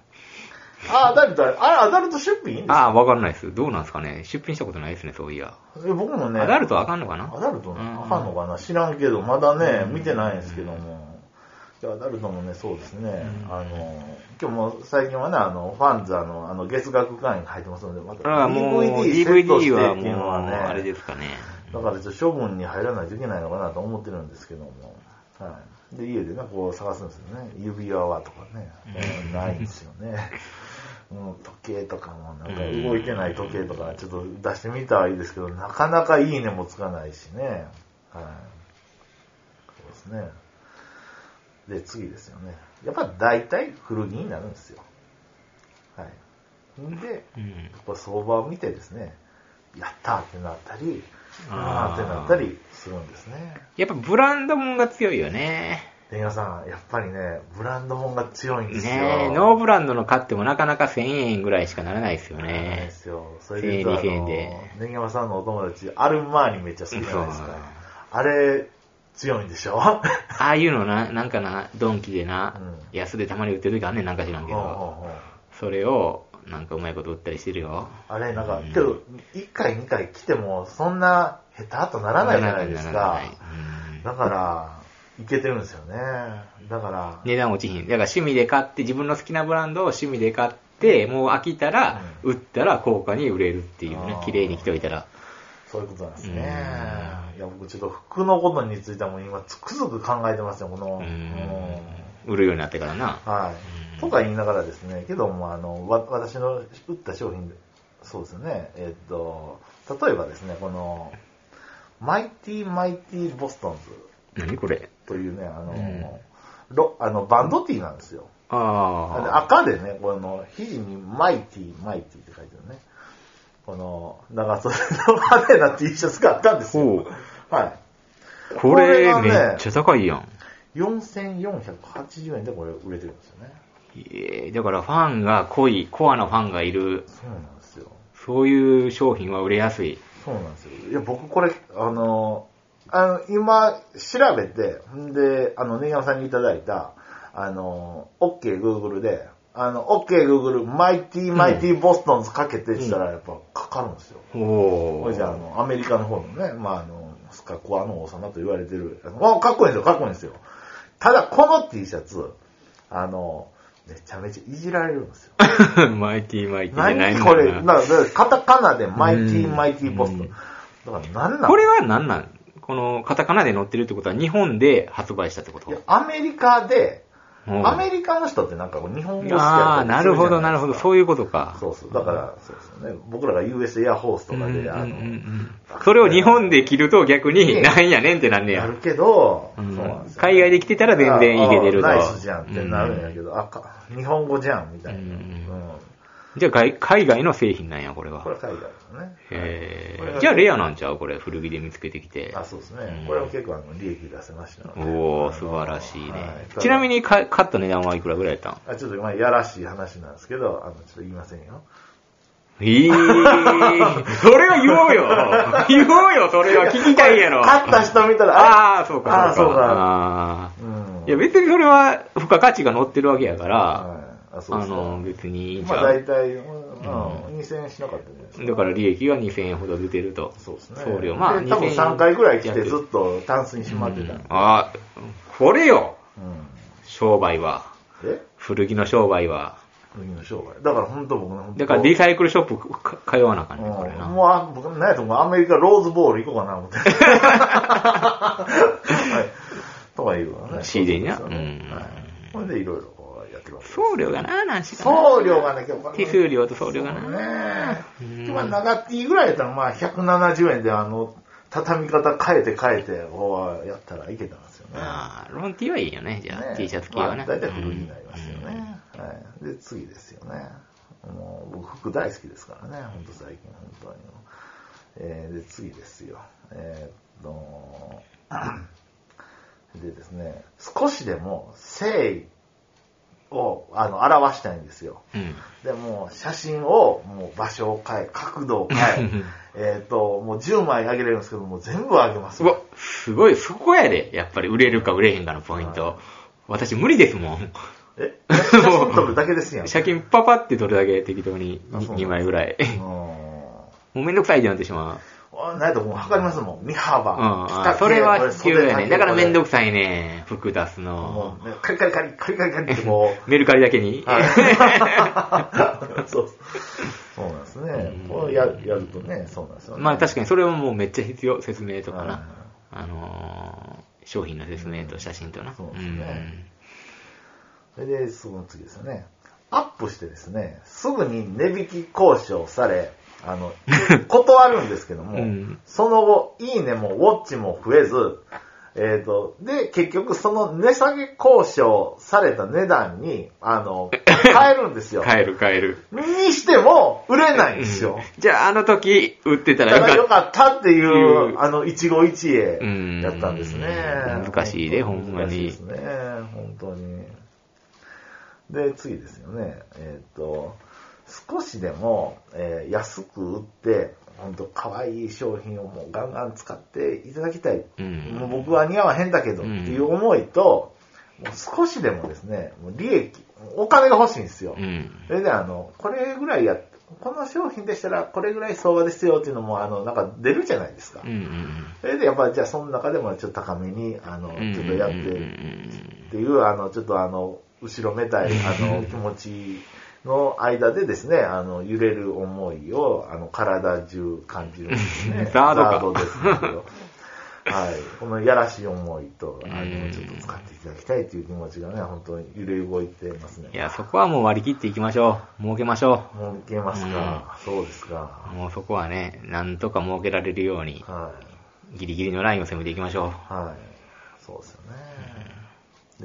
Speaker 2: あ、アダルト、あれ、アダルト出品いいんですか
Speaker 1: ああ、わかんないです。どうなんですかね。出品したことないですね、そういや。
Speaker 2: え僕もね、
Speaker 1: アダルトはあかんのかな
Speaker 2: アダルト
Speaker 1: うん
Speaker 2: あかんのかな知らんけど、まだね、見てないんですけども。じゃあアダルトもね、そうですね。あの、今日も最近はね、あの、ファンザの、あの、月額会員が入ってますので、また
Speaker 1: ああ、もう、
Speaker 2: セットしてってい
Speaker 1: DVD
Speaker 2: う
Speaker 1: はも
Speaker 2: の
Speaker 1: う、
Speaker 2: はね、
Speaker 1: あれですかね。
Speaker 2: だからちょっと処分に入らないといけないのかなと思ってるんですけども。はい。で、家でね、こう探すんですよね。指輪はとかね。もうないんですよね。 うん、時計とかもなんか動いてない時計とかちょっと出してみたはいいですけど、なかなかいいねもつかないしね。はい。そうですね。で、次ですよね。やっぱ大体古着になるんですよ。はい。んで、
Speaker 1: うん。
Speaker 2: これ相場を見てですね、やったーってなったり、あ
Speaker 1: あー
Speaker 2: ーってなったりするんですね。
Speaker 1: やっぱブランドもんが強いよね。
Speaker 2: で、皆さん、やっぱりね、ブランドもんが強いんですよ。
Speaker 1: ねえ、ノーブランドの買ってもなかなか1000円ぐらいしかならないですよ
Speaker 2: そうなんで
Speaker 1: ね。
Speaker 2: すよ。それで言うと、あ
Speaker 1: 1000円
Speaker 2: の、
Speaker 1: 2000円
Speaker 2: ねぎまさんのお友達、アルマーニめっちゃ好きじゃないです
Speaker 1: そう
Speaker 2: か。あれ、強いんでしょほう
Speaker 1: ああいうのな、なんかな、ドンキでな
Speaker 2: うん、
Speaker 1: 安でたまに売ってる時あんねんなんか知 らんけ
Speaker 2: ほう
Speaker 1: ど、
Speaker 2: ほう
Speaker 1: それを、なんかうまいこと売ったりしてるよ。
Speaker 2: あれ、なんか
Speaker 1: う、
Speaker 2: けど、1回2回来ても、そんな、下手とならないじゃないです
Speaker 1: ならな
Speaker 2: か
Speaker 1: い。うん
Speaker 2: だから、いけてるんですよね。だから、
Speaker 1: 値段落ちひん。だから趣味で買って、自分の好きなブランドを趣味で買って、もう飽きたら、売ったら高価に売れるっていうね
Speaker 2: あ、ー
Speaker 1: 綺麗に着ておいたら。
Speaker 2: そういうことなんです
Speaker 1: うん
Speaker 2: ね。いや、僕ちょっと服のことについてはもう今つくづく考えてますよ、こ
Speaker 1: う
Speaker 2: の。うん
Speaker 1: ん。売るようになってからな。
Speaker 2: はい。とか言いながらですね、けども、あの、わ私の売った商品で、そうですね、えっと、例えばですね、この、マイティマイティボストンズ
Speaker 1: 何これ
Speaker 2: というね、あの、
Speaker 1: う
Speaker 2: ロあのバンドティーなんですよ。で
Speaker 1: あ
Speaker 2: 赤でね、この、肘にマイティマイティって書いてるね。この、長袖の派手な T シャツがあったんですよ
Speaker 1: ほ。
Speaker 2: はい。
Speaker 1: あ。これ、
Speaker 2: こ
Speaker 1: め
Speaker 2: れがね
Speaker 1: っちゃ高いやん。
Speaker 2: 4480円でこれ売れてるんですよね。
Speaker 1: ええだからファンが濃い、コアなファンがいる、
Speaker 2: そうなんですよ。
Speaker 1: そういう商品は売れやすい。
Speaker 2: そうなんですよ。いや、僕これ、あの、あの今、調べて、んで、あの、ネギさんにいただいた、あの、OK Google で、あの、OK Google マイティマイティボストンズかけてしたら、やっぱかかるんですよ。
Speaker 1: お
Speaker 2: こ
Speaker 1: お。
Speaker 2: れじゃあ、あの、アメリカの方のね、まあ、あの、スカコアの王様と言われてる、あのかっこいいんですよ、かっこいいんですよ。ただ、この T シャツ、あの、めちゃめちゃいじられるんですよ。
Speaker 1: マイティマイティじゃない
Speaker 2: 何
Speaker 1: ん
Speaker 2: こ
Speaker 1: だ
Speaker 2: れ、
Speaker 1: な。
Speaker 2: なんかカタカナでマイティ
Speaker 1: うん
Speaker 2: マイティボスト
Speaker 1: う
Speaker 2: ン。
Speaker 1: ん
Speaker 2: だから何なん
Speaker 1: これは何なんこのカタカナで載ってるってことは日本で発売したってこと
Speaker 2: いやアメリカで、
Speaker 1: うん
Speaker 2: アメリカの人ってなんかこう日本語好きやったり
Speaker 1: ああ、なるほど、なるほど。そう
Speaker 2: いう。
Speaker 1: いうことか。
Speaker 2: そうそう。だから、そうですよね。僕らが US エアホースとか
Speaker 1: うんうん
Speaker 2: で、あ
Speaker 1: う
Speaker 2: の、
Speaker 1: んうんそれを日本で着ると逆に、なんやねんってなんね
Speaker 2: や
Speaker 1: や
Speaker 2: る。けど、
Speaker 1: う
Speaker 2: そうんなんですよ
Speaker 1: 海外で着てたら全然いけてると。
Speaker 2: ああナイスじゃんってなるんやけど、あか、日本語じゃんみたいな。
Speaker 1: う
Speaker 2: うん
Speaker 1: うん
Speaker 2: ん。
Speaker 1: じゃあ外海外の製品なんや、これは。
Speaker 2: これ海外ですね。
Speaker 1: へ
Speaker 2: これ
Speaker 1: え。
Speaker 2: が
Speaker 1: じゃあレアなんちゃうこれ、古着で見つけてきて。
Speaker 2: あ、そうです
Speaker 1: う
Speaker 2: ね
Speaker 1: ん。
Speaker 2: これも結構あの利益出せましたので
Speaker 1: おお素晴らしいね。
Speaker 2: はい
Speaker 1: ちなみにか、買った値段はいくらぐらいやったん
Speaker 2: あちょっとまあやらしい話なんですけど、あの、ちょっと言いませんよ。
Speaker 1: えー、 それは言おうよ 言おうよ、それは聞きたいやろ。
Speaker 2: 勝った人見たら、あ
Speaker 1: ああ、そうか、
Speaker 2: あ
Speaker 1: そう
Speaker 2: そ
Speaker 1: か。
Speaker 2: う
Speaker 1: あ
Speaker 2: かう
Speaker 1: あ
Speaker 2: ん。
Speaker 1: いや、別にそれは、付加価値が乗ってるわけやから、
Speaker 2: はいあ、そ
Speaker 1: あ
Speaker 2: うです
Speaker 1: の、
Speaker 2: か。
Speaker 1: 別にいいんち
Speaker 2: まあ
Speaker 1: ゃ
Speaker 2: 大
Speaker 1: う。
Speaker 2: 体、うん、うん2000円しなかったじゃないですか。
Speaker 1: だから利益が2000円ほど出てると。
Speaker 2: そうですね。
Speaker 1: 送料。まあ、
Speaker 2: で多分
Speaker 1: 2000
Speaker 2: 3回ぐらい来てずっとタンスにしまってた。
Speaker 1: う
Speaker 2: う
Speaker 1: ん
Speaker 2: ん
Speaker 1: ああ、これよ商売は。
Speaker 2: え
Speaker 1: 古着の商売は。
Speaker 2: 麦の商売。だから本当僕ね、本当
Speaker 1: だからリサイクルショップか通わなあかんね、これ
Speaker 2: うん
Speaker 1: な。
Speaker 2: もうあ、僕、なんやともうアメリカローズボール行こうかな、思って。はい。とかいうわね。
Speaker 1: CD な
Speaker 2: そうですよね
Speaker 1: うん
Speaker 2: はい。これでいろいろこうやってます。
Speaker 1: 送料がな、なんしかな。
Speaker 2: 送料がね、今日
Speaker 1: 手数料と送料がな。
Speaker 2: ね
Speaker 1: うん
Speaker 2: 今長 T ぐらいやったら、まあ170円であの、畳み方変えて変えて、こうやったらいけたんですよね。
Speaker 1: ああ、ロンティーはいいよね、じゃあ。
Speaker 2: ね
Speaker 1: T シャツ系はね。
Speaker 2: まあ、大体古着になりますよ
Speaker 1: うん
Speaker 2: ね。はい。で、次ですよね。もう、僕服大好きですからね、ほんと最近、本当に。えー、で、次ですよ。えーっと、 でですね、少しでも誠意を、あの、表したいんですよ。
Speaker 1: うん。
Speaker 2: でもう写真をもう場所を変え、角度を変 え、えっと、もう10枚あげれるんですけど、もう全部あげます
Speaker 1: う。わ、すごい、そこやで。やっぱり売れるか売れへんかのポイン
Speaker 2: は
Speaker 1: ト。私無理ですもん。
Speaker 2: え写真撮るだけで すやん。
Speaker 1: 借金パパって取るだけ適当に
Speaker 2: あそうなんだ
Speaker 1: 2枚ぐらい。
Speaker 2: うん
Speaker 1: もうめんどくさいってなってしまう。
Speaker 2: あなんやともう測りますもん。身
Speaker 1: うん
Speaker 2: 幅。
Speaker 1: あ。それは必要やね。だからめんど
Speaker 2: く
Speaker 1: くさいね。服出す
Speaker 2: も
Speaker 1: の。
Speaker 2: うね、カリカリカリ、カリカリカリってもう。
Speaker 1: メルカリだけに。
Speaker 2: は いそうそうなんです
Speaker 1: う
Speaker 2: ね
Speaker 1: ん。
Speaker 2: こうややるとね、そうなんですよね。
Speaker 1: まあ確
Speaker 2: か
Speaker 1: かにそれはもうめっちゃ必要。説明とか
Speaker 2: はい
Speaker 1: な。あのー、商品の説明と写真とな。
Speaker 2: そうです
Speaker 1: ん
Speaker 2: ねそれで、その次ですよね。アップしてですね、すぐに値引き交渉され、あの、断るんですけども、
Speaker 1: うん
Speaker 2: その後、いいねもウォッチも増えず、えっ、と、で、結局その値下げ交渉された値段に、あ の、変えるんですよ。
Speaker 1: 買える買える。
Speaker 2: にしても売れないんですよ。
Speaker 1: じゃああの時売ってたら
Speaker 2: だ
Speaker 1: よ
Speaker 2: か
Speaker 1: からっ
Speaker 2: よかったってい、
Speaker 1: いう
Speaker 2: あの、一期一
Speaker 1: た。
Speaker 2: 会やったんですね
Speaker 1: うん。難しいで、ほんま
Speaker 2: 難しいで
Speaker 1: に
Speaker 2: す。ね、本当に。で、次ですよね。えっ、と、少しでも、えー安く売って、本当可愛い商品をもうガンガン使っていただきたい。
Speaker 1: うん
Speaker 2: もう僕は似合わへんだけどっていう思いと、もう少しでもですね、もう利益、お金が欲しいんですよ。
Speaker 1: うん。
Speaker 2: それであの、これぐらいや、この商品でしたらこれぐらい相場ですよっていうのも、あの、なんか出るじゃないですか。
Speaker 1: うんうん
Speaker 2: それでやっぱりじゃあその中でもちょっと高めに、あの、
Speaker 1: うん。
Speaker 2: ちょっとやっ
Speaker 1: うんうんう
Speaker 2: て
Speaker 1: ん。
Speaker 2: っていう、あの、ちょっとあの、後ろめたい、あの、気持ちの間でですね、あの、揺れる思いを、あの、体中感じるんですね
Speaker 1: ザードか
Speaker 2: ですけ ど。はい。このやらしい思いと、あの、ちょっと使っていただきたいという気持ちがね、本当に揺れ動いてますね
Speaker 1: い。や、そこはもう割り切っていきましょう。儲けましょう。
Speaker 2: もういけますか、そうですか。
Speaker 1: もうそこはね、なんとか設けられるように、
Speaker 2: はい。
Speaker 1: ギリギリのラインを攻めていきましょ
Speaker 2: はい。そうですよ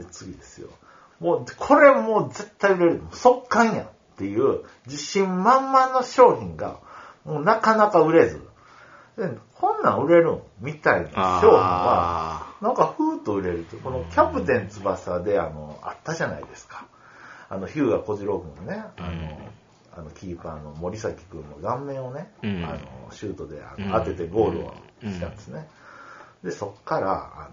Speaker 2: ね。で、次ですよ。もう、これもう絶対売れる。速乾やんっていう自信満々の商品が、もうなかなか売れず。で、こんなん売れるんみたいな商
Speaker 1: う。
Speaker 2: 品は、
Speaker 1: あ
Speaker 2: なんかふーっと売れると。このキャプテン翼で、あの、あったじゃないですか。あの、ヒューガ小次郎君がね、あ
Speaker 1: うん
Speaker 2: の、あのキーパーの森崎君の顔面をね、
Speaker 1: うん
Speaker 2: あのシュートであの
Speaker 1: うん
Speaker 2: 当ててゴールをしたんですね。で、そっから、あの、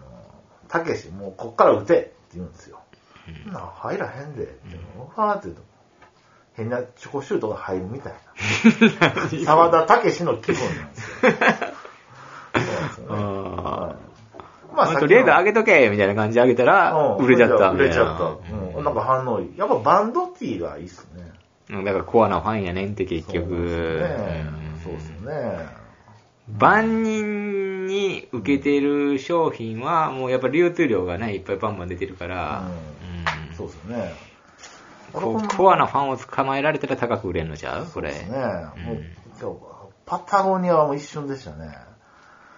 Speaker 2: たけし、もうこっから打てって言うんですよ。そんなん入らへんで、って言うの、わーって言うと、変なチョコシュートが入るみ たいな。沢田たけしの気分なんですよ。そうなんですよ
Speaker 1: あ。あ
Speaker 2: ね。 はいま
Speaker 1: あ。あ
Speaker 2: さっきの
Speaker 1: と、レーダー上げとけみたいな感じで上げたら、
Speaker 2: うん
Speaker 1: 売れちゃった。
Speaker 2: 売れちゃった。
Speaker 1: みたいな
Speaker 2: うん。なんか反応いい。やっぱバンドティーがいいっすね。
Speaker 1: うんだからコアなファンやねんって結局。うん
Speaker 2: そうですよね。そうですよね。
Speaker 1: 万人に受けてる商品は、もうやっぱ流通量がね、いっぱいバンバン出てるから、
Speaker 2: う
Speaker 1: う
Speaker 2: ん
Speaker 1: ん
Speaker 2: そうですよね。
Speaker 1: こう
Speaker 2: 俺この
Speaker 1: コアなファンを捕まえられたら高く売れんのちゃうこれ。
Speaker 2: ですね。もう、今日、パタゴニアはもう一瞬でしたね。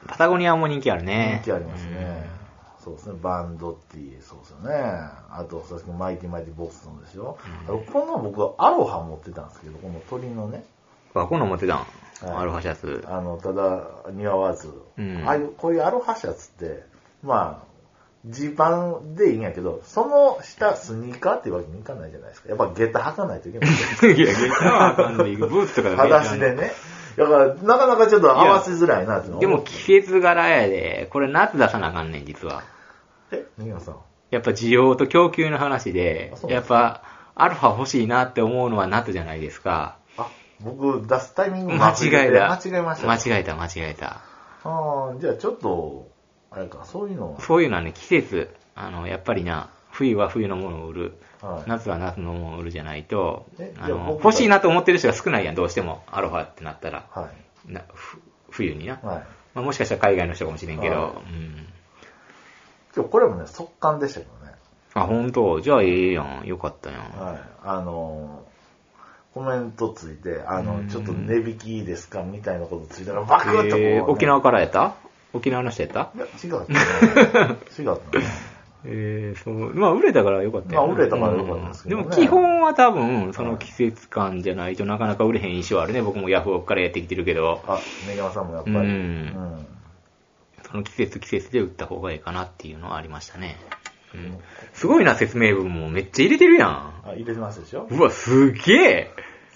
Speaker 1: パタゴニアも人気あるね。
Speaker 2: 人気ありますね。そうですね。バンドっていう、そうですよね。あと、さっきのマイティマイティボストンでしょ。この僕はアロハ持ってたんですけど、この鳥のね、
Speaker 1: うん。あ、こんなん持ってたん。
Speaker 2: はい
Speaker 1: アロハシャツ。
Speaker 2: あの、ただ、似合わず、
Speaker 1: うん
Speaker 2: ああいう、こういうアロハシャツって、まあ、ジーパンでいいんやけど、その下スニーカーっていうわけにいかないじゃないですか。やっぱ下駄履かないとい けない。
Speaker 1: いや、下駄はあかんの にブーツとかだ
Speaker 2: 裸足でね。だから、なかなかちょっと合わせづらいなっていうの
Speaker 1: でも季節柄やで、これ夏出さなあかんねん、実は。
Speaker 2: え、ネギマさん。
Speaker 1: やっぱ需要と供給の話で
Speaker 2: あ、そうな
Speaker 1: や
Speaker 2: んで
Speaker 1: っぱアルファ欲しいなって思うのは夏じゃないですか。
Speaker 2: あ、僕、出すタイミング
Speaker 1: 間違えた。
Speaker 2: 間違えました。
Speaker 1: 間違えた、間違えた。
Speaker 2: ああ、じゃあちょっと、あれか、そういうの
Speaker 1: そういうのはね、季節。あの、やっぱりな、冬は冬のものを売る。
Speaker 2: は。はい。
Speaker 1: 夏は夏のものを売るじゃないと
Speaker 2: え、
Speaker 1: あ
Speaker 2: じゃあ僕
Speaker 1: の
Speaker 2: が
Speaker 1: 欲しいなと思ってる人が少ないやん、どうしても。アロファってなったら。
Speaker 2: は
Speaker 1: なふ冬にな。
Speaker 2: い。はい。
Speaker 1: まあ、もしかしたら海外の人かもしれんけ
Speaker 2: は
Speaker 1: ど。うん。
Speaker 2: 今日これもね、速乾でしたけどね。
Speaker 1: あ、本当じゃあええやん。よかったやん。
Speaker 2: はい。あのー、コメントついて、あ
Speaker 1: う
Speaker 2: の、
Speaker 1: ん
Speaker 2: ちょっと値引きですかみたいなことついたら、バクッとこう、
Speaker 1: え
Speaker 2: ね
Speaker 1: ー沖縄からやった沖縄の人やった
Speaker 2: いや、違 ったね。違ったね。
Speaker 1: えー、そう、まあ、売れたからよかったよ
Speaker 2: まあ売れたから良かったですけどね
Speaker 1: うんでも基本は多分、その季節感じゃないとなかなか売れへん印象あるね。僕もヤフオクからやってきてるけど、
Speaker 2: あ、ネギマさんもやっぱり。
Speaker 1: うん
Speaker 2: うん
Speaker 1: その季節季節で売った方がいいかなっていうのはありましたね。うん。すごいな、説明文もめっちゃ入れてるやん。
Speaker 2: あ、入れてますでしょ
Speaker 1: うわ、すげえ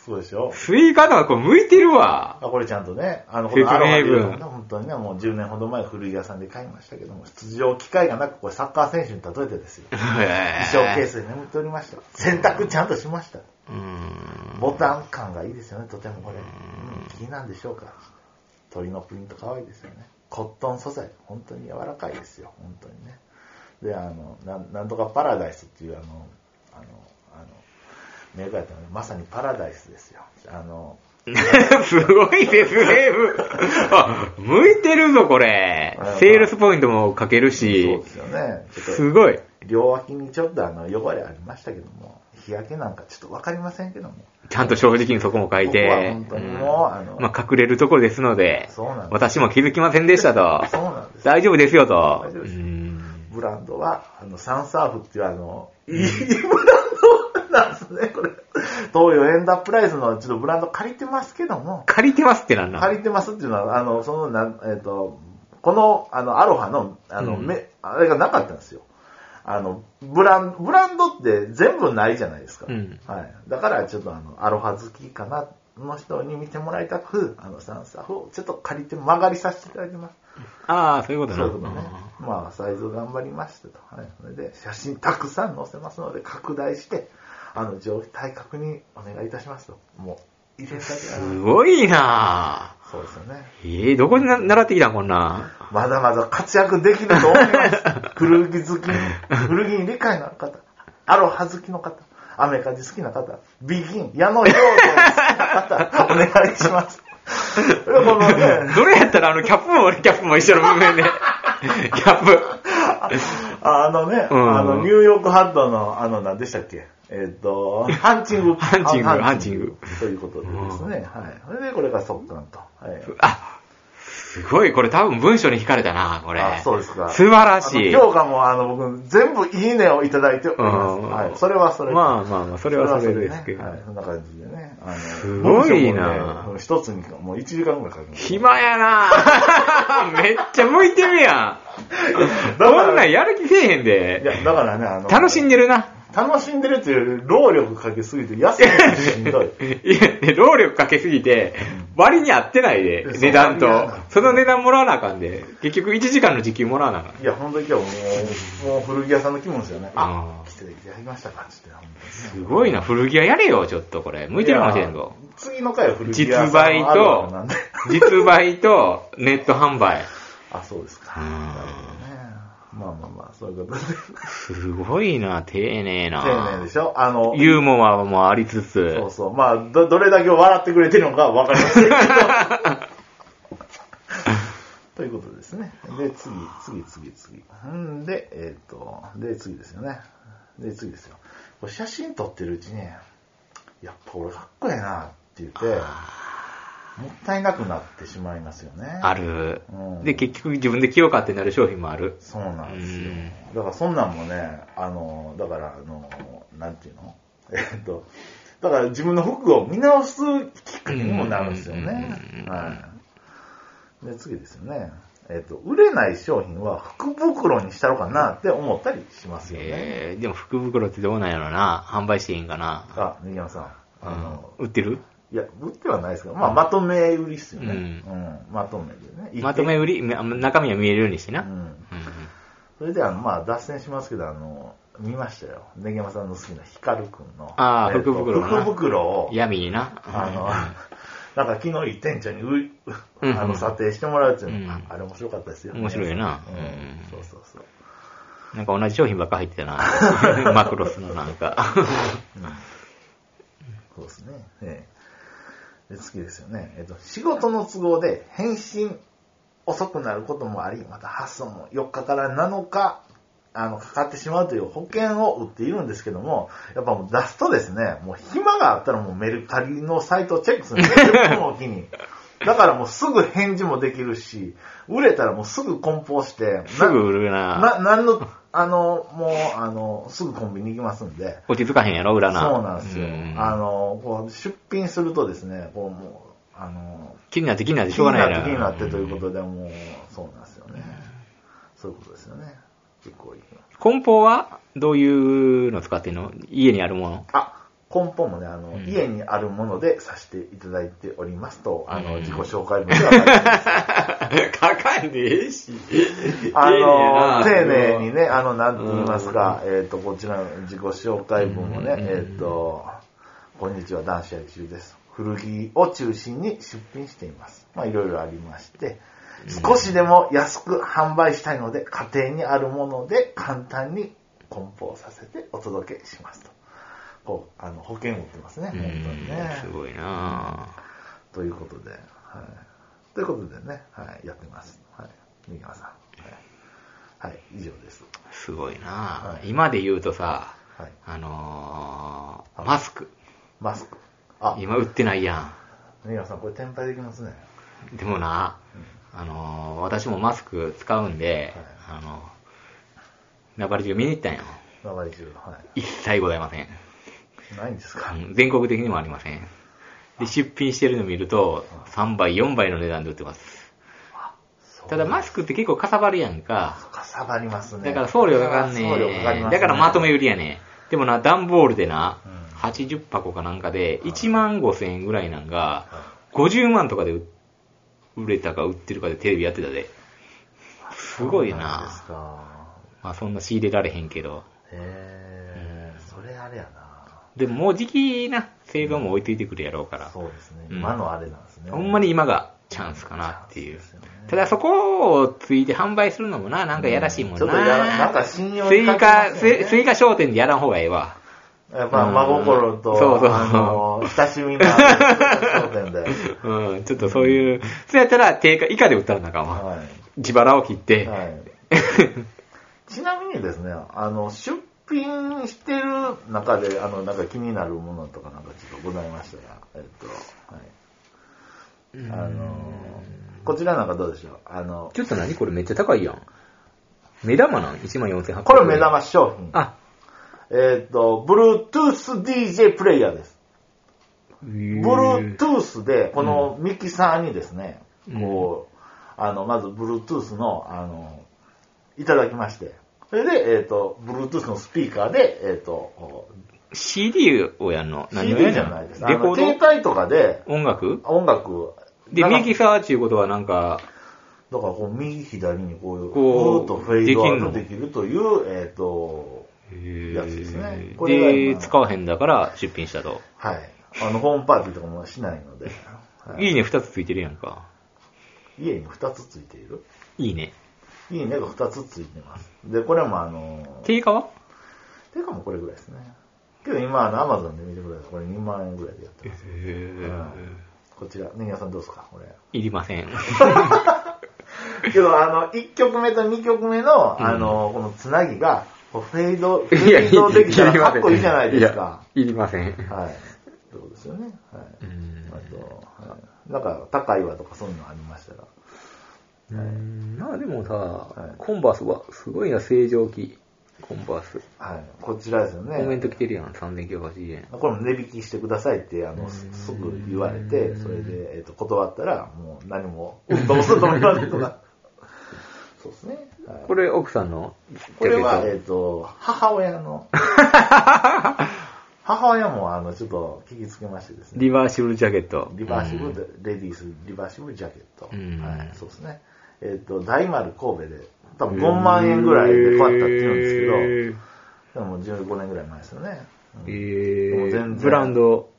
Speaker 2: そうでしょ
Speaker 1: スイカとかこれ向いてるわ。
Speaker 2: あこれちゃんとね、あの、
Speaker 1: 説明文
Speaker 2: アロハで言うとね本当にね、もう10年ほど前古着屋さんで買いましたけども、出場機会がなく、これサッカー選手に例えてですよ。
Speaker 1: え
Speaker 2: 衣装ケースに眠っておりました。洗濯ちゃんとしました。
Speaker 1: うん。
Speaker 2: ボタン感がいいですよね、とてもこれ。うん、気になんでしょうか。鳥のプリント可愛いですよね。コットン素材、本当に柔らかいですよ、本当にね。で、あの、なんなんとかパラダイスっていう、あの、あの、あの、メーカーやったのでまさにパラダイスですよ。あの、
Speaker 1: すごい説明文。あ、向いてるぞ、これ
Speaker 2: あ。
Speaker 1: セールスポイントも書ける
Speaker 2: そう
Speaker 1: し
Speaker 2: で、すよね。ちょっと
Speaker 1: すごい。
Speaker 2: 両脇にちょっとあの汚れありましたけども、日焼けなんかちょっとわかりませんけども。
Speaker 1: ちゃんと正直にそこも書い
Speaker 2: ここは
Speaker 1: て、
Speaker 2: 本当にもう、あの、
Speaker 1: まあ、隠れるところですので、
Speaker 2: そうなんです。
Speaker 1: 私も気づきませんでしたと、
Speaker 2: そうなんです。
Speaker 1: 大丈夫ですよと
Speaker 2: 大丈夫、です
Speaker 1: うん
Speaker 2: ブランドは、あの、サンサーフっていうあの、いいブランドなんですね、これ。東洋エンダープライスのちょっとブランド借りてますけども、
Speaker 1: 借りてますってなんな
Speaker 2: 借りてますっていうのは、あの、その、なんえっ、と、この、あの、アロハの、あの、
Speaker 1: うん
Speaker 2: め、あれがなかったんですよ。あの、ブラン、ブランドって全部ないじゃないですか。
Speaker 1: うん
Speaker 2: はい。だから、ちょっとあの、アロハ好きかな、の人に見てもらいたく、あの、サンサーをちょっと借りて曲がりさせていただきます。
Speaker 1: ああ、そういうこと
Speaker 2: そ
Speaker 1: な。
Speaker 2: ういうことね。まあ、サイズ頑張りましたと。はい。それで、写真たくさん載せますので、拡大して、あの、上体格にお願いいたしますと。もう、入れるだけだ
Speaker 1: す
Speaker 2: な。
Speaker 1: ごいなぁ
Speaker 2: そうですよね。
Speaker 1: ええどこでな習ってきたんこんなん。
Speaker 2: まだまだ活躍できると思います。古着好きに、古着に理解のある方、アロハ好きの方、アメカジ好きな方、ビギン、矢野洋子好きな方、お願いします。このね、
Speaker 1: どれやったらあの、キャップも俺キャップも一緒の文面 で。キャップ。
Speaker 2: ああのね、
Speaker 1: うん
Speaker 2: あの、ニューヨークハットの、あの、何でしたっけえっ、と、ハンチング。
Speaker 1: ハンチング
Speaker 2: あ
Speaker 1: ハンチング
Speaker 2: ということでですね、はい。それでこれが速乾と。はい。
Speaker 1: あ、すごい、これ多分文章に惹かれたなこれ。
Speaker 2: あそうですか。
Speaker 1: 素晴らしい
Speaker 2: あの評価も、あの、僕、全部いいねをいただいております。
Speaker 1: うん
Speaker 2: はい。それはそれ。
Speaker 1: まあまあまあ、それはそれですけど。
Speaker 2: はい、そんな感じでね。あの
Speaker 1: すごいな
Speaker 2: 文章もね一つに、もう1時間ぐらいかけます。
Speaker 1: 暇やな めっちゃ向いてるやん。
Speaker 2: だか ら
Speaker 1: こんなんやる気せえへん
Speaker 2: いや
Speaker 1: で。、
Speaker 2: だからね、あの、
Speaker 1: 楽しんでるな。
Speaker 2: 楽しんでるっていう、労力かけすぎて、安いのしん どい。
Speaker 1: いや、労力かけすぎて、割に合ってないで、
Speaker 2: そう
Speaker 1: 値段
Speaker 2: 割に合
Speaker 1: と
Speaker 2: わない。
Speaker 1: その値段もらわなあかんで、結局1時間の時給もらわなあかん。
Speaker 2: いや、本当に今日もう、もう古着屋さんの気分ですよね。あ
Speaker 1: あ、ー
Speaker 2: 来ていただきましたか、つって。
Speaker 1: すごいな、古着屋やれよ、ちょっとこれ。向いてるかもしれんぞ。
Speaker 2: いや。次の回は古着
Speaker 1: 実
Speaker 2: 屋さん
Speaker 1: 売
Speaker 2: のあるある なん
Speaker 1: と
Speaker 2: で、
Speaker 1: 実売と、ネット販売。
Speaker 2: あ、そうですか。
Speaker 1: う
Speaker 2: なんるほどね。まあまあまあ、そういうことで。
Speaker 1: すごいな、丁寧な。
Speaker 2: 丁寧でしょあの、
Speaker 1: ユーモアもありつつ。
Speaker 2: そうそう。まあ、ど、どれだけ笑ってくれてるのかわかりませんけど。ということですね。で、次、次、次、次。んで、えっ、と、で、次ですよね。で、次ですよ。これ写真撮ってるうちに、やっぱ俺かっこええなって言って、もったいなくなってしまいますよね。
Speaker 1: ある
Speaker 2: うん。
Speaker 1: で、結局自分で着ようかってなる商品もある。
Speaker 2: そうなんですよ
Speaker 1: うん。
Speaker 2: だからそんなんもね、あの、だから、あの、なんていうの えっと、だから自分の服を見直すきっかけにもなるんですよ
Speaker 1: うんうん
Speaker 2: ね
Speaker 1: うんうん。うん
Speaker 2: はい。で、次ですよね。えっと、売れない商品は福袋にしたろかなって思ったりしますよね。
Speaker 1: えーでも福袋ってどうなんやろな。販売していいんかな。
Speaker 2: あ、根山さん。あの、
Speaker 1: うん売ってる
Speaker 2: いや、売ってはないですけど、まあ、まとめ売りっすよ
Speaker 1: う
Speaker 2: ね。うんん、まとめでね。一点
Speaker 1: まとめ売り、み中身は見えるようにしてな。
Speaker 2: う
Speaker 1: うん
Speaker 2: ん。
Speaker 1: うん
Speaker 2: それで、あの、まあ、脱線しますけど、あの、見ましたよ。ネギマさんの好きなヒカルくんの。
Speaker 1: あー
Speaker 2: えーと
Speaker 1: 福袋な
Speaker 2: 福袋を、
Speaker 1: 闇にな。
Speaker 2: あの、なんか昨日一店長にうい、
Speaker 1: うんうん
Speaker 2: あの、査定してもらうっていうの、
Speaker 1: うん
Speaker 2: あれ面白かったですよ、
Speaker 1: 面白いな
Speaker 2: うん
Speaker 1: うん
Speaker 2: そうそうそう。
Speaker 1: なんか同じ商品ばっか入ってた な。マクロスのなんか。
Speaker 2: そうですね。ええで次ですよね。えっと、仕事の都合で返信遅くなることもあり、また発送も4日から7日、あの、かかってしまうという保険を売っているんですけども、やっぱもう出すとですね、もう暇があったらもうメルカリのサイトをチェックするんです よ。10分おきに。だからもうすぐ返事もできるし、売れたらもうすぐ梱包して、
Speaker 1: すぐ売るな。
Speaker 2: な、なんの、あの、もう、あの、すぐコンビニ行きますんで、
Speaker 1: 落ち着かへんやろ、裏な。
Speaker 2: そうなんですよ。
Speaker 1: ん
Speaker 2: あの、こう出品するとですね、こうもう、あの、
Speaker 1: 気になって気になってしょうがないな。
Speaker 2: 気になって気になってということで、もう、そうなんですよね。そういうことですよね。結構いいな。
Speaker 1: 梱包はどういうの使ってんの家にあるも の。
Speaker 2: あ、根本もね、あの、
Speaker 1: うん
Speaker 2: 家にあるものでさせていただいておりますと、あ
Speaker 1: う
Speaker 2: の、
Speaker 1: ん
Speaker 2: 自己紹介文では書いてます。
Speaker 1: かかんでええし。
Speaker 2: あ
Speaker 1: 丁
Speaker 2: の、丁
Speaker 1: 寧やな
Speaker 2: 寧にね、あの、なんて言いますか、えっと、こちらの自己紹介文もね、
Speaker 1: うん
Speaker 2: えっと、こんにちは、男子野球です。古着を中心に出品しています。まあ、いろいろありまして、少しでも安く販売したいので、家庭にあるもので簡単に梱包させてお届けしますと。こう、あの、保険を売ってますね、
Speaker 1: う
Speaker 2: 本
Speaker 1: ん
Speaker 2: 当にね。
Speaker 1: すごいな
Speaker 2: ということで、はい。ということでね、はい、やってます。はい。三山さん。はい。はい、以上です。
Speaker 1: すごいな
Speaker 2: は
Speaker 1: 今で言うとさ、
Speaker 2: はい。
Speaker 1: あのーマスク。
Speaker 2: マスク。あ、
Speaker 1: 今売ってないや
Speaker 2: 三山さん、これ転売できますね。
Speaker 1: ん。でもな、あのー私もマスク使うんで、あのー、ナバリ中見に行ったんよ。
Speaker 2: 名張中、は
Speaker 1: 一切ございません。
Speaker 2: い。ないんですか。
Speaker 1: うん全国的にもありません。で、出品してるの見ると、3倍、4倍の値段で売ってます。ただマ
Speaker 2: ス
Speaker 1: スクって結構かさばるやんか。
Speaker 2: クかさばりますね。
Speaker 1: だから送料かかんね
Speaker 2: 送料かかりますね
Speaker 1: だからまとめ売りやねでもな、段ボールでな
Speaker 2: うん、
Speaker 1: 80箱かなんかで、1万5千円ぐらいなん
Speaker 2: は
Speaker 1: が、50万とかで売売れたか売ってるかでテレビやってたで。すごい
Speaker 2: そうなんです
Speaker 1: な。
Speaker 2: か。
Speaker 1: まあそんな仕入れられへんけど。
Speaker 2: へえ、それあれや
Speaker 1: でももう時期な、製造も置いといてくるやろうか
Speaker 2: な。
Speaker 1: ら。
Speaker 2: そうですね。
Speaker 1: うん
Speaker 2: 今のあれなんですね。
Speaker 1: ほんまに今がチャンスかなっていう
Speaker 2: チャンスですよね。
Speaker 1: ただそこをついて販売するのもな、なんかやらしいもんな。
Speaker 2: ちょっとやらなんか信用
Speaker 1: 追
Speaker 2: に欠けま
Speaker 1: 加、
Speaker 2: すよね
Speaker 1: スイカ商店でやらん方がええわ。
Speaker 2: やっぱ真心と、
Speaker 1: うんそうそう
Speaker 2: あの、親しみのある商店で。
Speaker 1: うん、ちょっとそういう、そうやったら定価以下で売ったらなあかんわ。
Speaker 2: はい。
Speaker 1: 自腹を切って。
Speaker 2: はい、ちなみにですね、あの、出品してる中で、あの、なんか気になるものとかなんかちょっとございましたら、えっと、はい。あの、こちらなんかどうでしょうあの、
Speaker 1: ちょっと何これめっちゃ高いやん。目玉なん ?14,800 円。
Speaker 2: これ目玉商品。
Speaker 1: あ、
Speaker 2: えっと、Bluetooth DJ プレイヤーです。
Speaker 1: ブ
Speaker 2: Bluetooth で、このミキサーにですね、
Speaker 1: うん
Speaker 2: こう、あの、まず Bluetooth の、あの、いただきまして、それで、えっ、と、Bluetooth のスピーカーで、えっ、と、こう
Speaker 1: CD をやんの何をや
Speaker 2: CD
Speaker 1: ん
Speaker 2: じゃないです。
Speaker 1: の
Speaker 2: あ
Speaker 1: レコ
Speaker 2: の、携
Speaker 1: ー
Speaker 2: 帯とかで
Speaker 1: ド音楽
Speaker 2: 音楽、
Speaker 1: で、
Speaker 2: なんか
Speaker 1: ミキサーっていうことはなんか、
Speaker 2: だからこう、右左にこういう、
Speaker 1: こう
Speaker 2: ふーっとフェードアウト
Speaker 1: で
Speaker 2: で
Speaker 1: き
Speaker 2: きるという、えっ、と、やつですねこれが
Speaker 1: で、
Speaker 2: 今
Speaker 1: 使わへんだから出品したと。
Speaker 2: はい。あの、ホームパーティーとかもしないので、はい
Speaker 1: いいね2つついてるやんか。
Speaker 2: 家に2つついている。
Speaker 1: いいね。
Speaker 2: いいねが2つついてます。で、これもあの、
Speaker 1: 定価は
Speaker 2: てかもうこれぐらいですね。けど今、あの、アマゾンで見てください。これ2万円ぐらいでやってます。うんこちら、ネギ屋さんどうですかこれ。
Speaker 1: いりま せん。
Speaker 2: けど、あの、1曲目と2曲目の、
Speaker 1: うん
Speaker 2: あの、このつなぎが、フェード、フェードできたら かっこいいじゃないですか。
Speaker 1: いやいりません。
Speaker 2: はい。そうですよね。は
Speaker 1: う
Speaker 2: い。
Speaker 1: ん
Speaker 2: あと、はい、なんか、高いわとかそういうのありましたら。
Speaker 1: うんまあでもさ、
Speaker 2: い
Speaker 1: コンバースはすごいな、正常期。コンバース。
Speaker 2: はい。こちらですよね。
Speaker 1: コメント来てるやん、3980円。
Speaker 2: これも値引きしてくださいって、あの、すすぐ言われて、それで、えっ、と、断ったら、もう何も、うん、どうするとも言われと か。そうですね。はい、
Speaker 1: これ奥さんの
Speaker 2: これは、えっ、
Speaker 1: ジャケッ
Speaker 2: と、母親 の、母親も、あの、ちょっと聞きつけましてです
Speaker 1: ト
Speaker 2: ね。
Speaker 1: リバーシブルジャケット。
Speaker 2: リバーシブ
Speaker 1: うん、
Speaker 2: レディースリバーシブジャケット。
Speaker 1: うん
Speaker 2: はい、そうですね。えっ、と、大丸神戸で、多分5万円ぐらいで買ったって言うんです
Speaker 1: す
Speaker 2: けど、でも15年ぐらい前ですよね。うん
Speaker 1: え
Speaker 2: でも全
Speaker 1: ー
Speaker 2: 然
Speaker 1: ブランド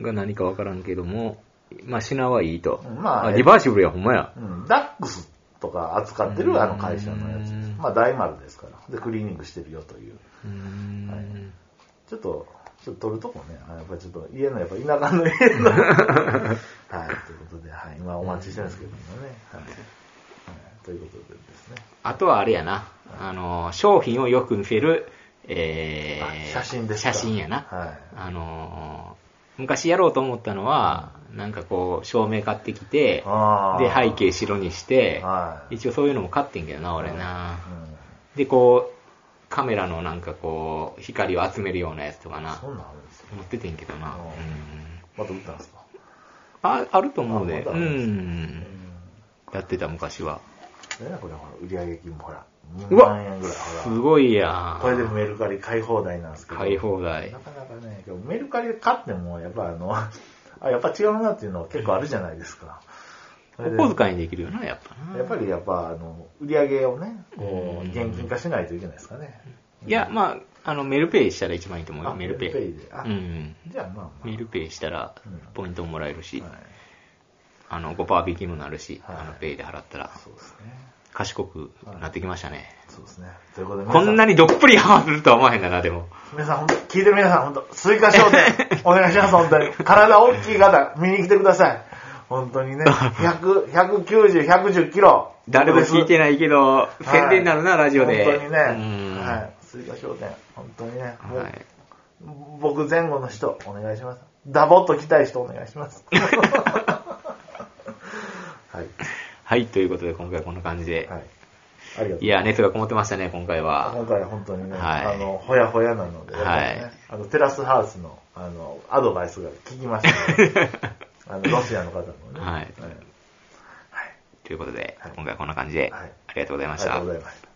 Speaker 1: が何かわからんけども、まあ品はいいと。
Speaker 2: うんまあ
Speaker 1: リバーシブルや、ほんまや。
Speaker 2: うん、ダックスとか扱って
Speaker 1: うん
Speaker 2: るあの会社のやつです。まあ大丸ですから。で、クリーニングしてるよという。
Speaker 1: うん
Speaker 2: はいちょっと、ちょっと取るとこね、あやっぱりちょっと家の、やっぱ田 舎の家の。はい、ということで、はい、今お待ちしてるんですけどもね。はい。はい、ということでですね。
Speaker 1: あとはあれやな、あの、商品をよく見せる、えー、
Speaker 2: あ写真です
Speaker 1: 写
Speaker 2: か
Speaker 1: 真やな。
Speaker 2: はい。
Speaker 1: あのー、昔やろうと思ったのは、なんかこう、照明買ってきて、
Speaker 2: あー
Speaker 1: で、背景白にして、
Speaker 2: はい。
Speaker 1: 一応そういうのも買ってんけどな、俺な。
Speaker 2: うん
Speaker 1: で、こう、カメラのなんかこう、光を集めるようなやつとかな
Speaker 2: そ、んなんあるんですよ。
Speaker 1: 持っててんけどな。
Speaker 2: あー
Speaker 1: うん
Speaker 2: また売ったんですか
Speaker 1: ああると思うで、
Speaker 2: あま
Speaker 1: う
Speaker 2: だあるんです
Speaker 1: ん。やってた昔は。
Speaker 2: でね、これほら、売上金もほら、
Speaker 1: う
Speaker 2: 2
Speaker 1: わ
Speaker 2: 万円ぐらい
Speaker 1: す
Speaker 2: ほら。
Speaker 1: ごいやん
Speaker 2: これでメルカリ買い放題なんですけど。
Speaker 1: 買い放題
Speaker 2: な。かなかね、メルカリで買っても、やっぱあの、あ、やっぱ違うなっていうのは結構あるじゃないですか。それで
Speaker 1: お小遣いにできるよな、やっぱな。
Speaker 2: やっぱりやっぱ、あの、売り上げをね、こ
Speaker 1: う
Speaker 2: う、
Speaker 1: ん
Speaker 2: 現金化しないといけないですかね。
Speaker 1: いや、まあ、あの、メルペイしたら一番いいと思うよ、
Speaker 2: あ
Speaker 1: メルペイ。
Speaker 2: メルペイであ
Speaker 1: うん。
Speaker 2: じゃあまあま
Speaker 1: メルペイしたら
Speaker 2: うん、
Speaker 1: ポイントももらえるし、
Speaker 2: あ。はい。
Speaker 1: あの、5%引きもなるし、
Speaker 2: はい
Speaker 1: あの、ペイで払ったら、
Speaker 2: そうですね。
Speaker 1: 賢くなってきましたね。
Speaker 2: そうですね。ということで、
Speaker 1: こんな
Speaker 2: に。
Speaker 1: にどっぷりハマるとは思わへんだな、でも。
Speaker 2: 皆さん、本当聞いてる皆さん、本当スイカ商 店、お願いします、本当に。体大きい方、見に来てください。本当 にね、100、190、110キロ。
Speaker 1: 誰も聞いてないけど、
Speaker 2: はい
Speaker 1: 宣伝になるな、ラジオで。
Speaker 2: 本当にね、
Speaker 1: うん
Speaker 2: はい、スイカ商店、本当にね、もう
Speaker 1: はい
Speaker 2: 僕前後の人、お願いします。ダボっと来たい人、お願いし ます。はい、
Speaker 1: はい、ということで、今回こんな感じで。
Speaker 2: はい。ありがとうございます
Speaker 1: い、や、熱がこもってましたね、今回は
Speaker 2: 今。回は本当にね、
Speaker 1: はい
Speaker 2: あの、ほやほやなので、
Speaker 1: はい
Speaker 2: やっぱりねあの、テラスハウスの、あの、アドバイスが聞きました ので、あの、ロシアの方のね。
Speaker 1: はい
Speaker 2: はい。
Speaker 1: ということで
Speaker 2: はい、
Speaker 1: 今回はこんな感じで、
Speaker 2: はい
Speaker 1: ありがとうござい
Speaker 2: あ
Speaker 1: ま
Speaker 2: り
Speaker 1: し
Speaker 2: が
Speaker 1: た
Speaker 2: とう。ございました。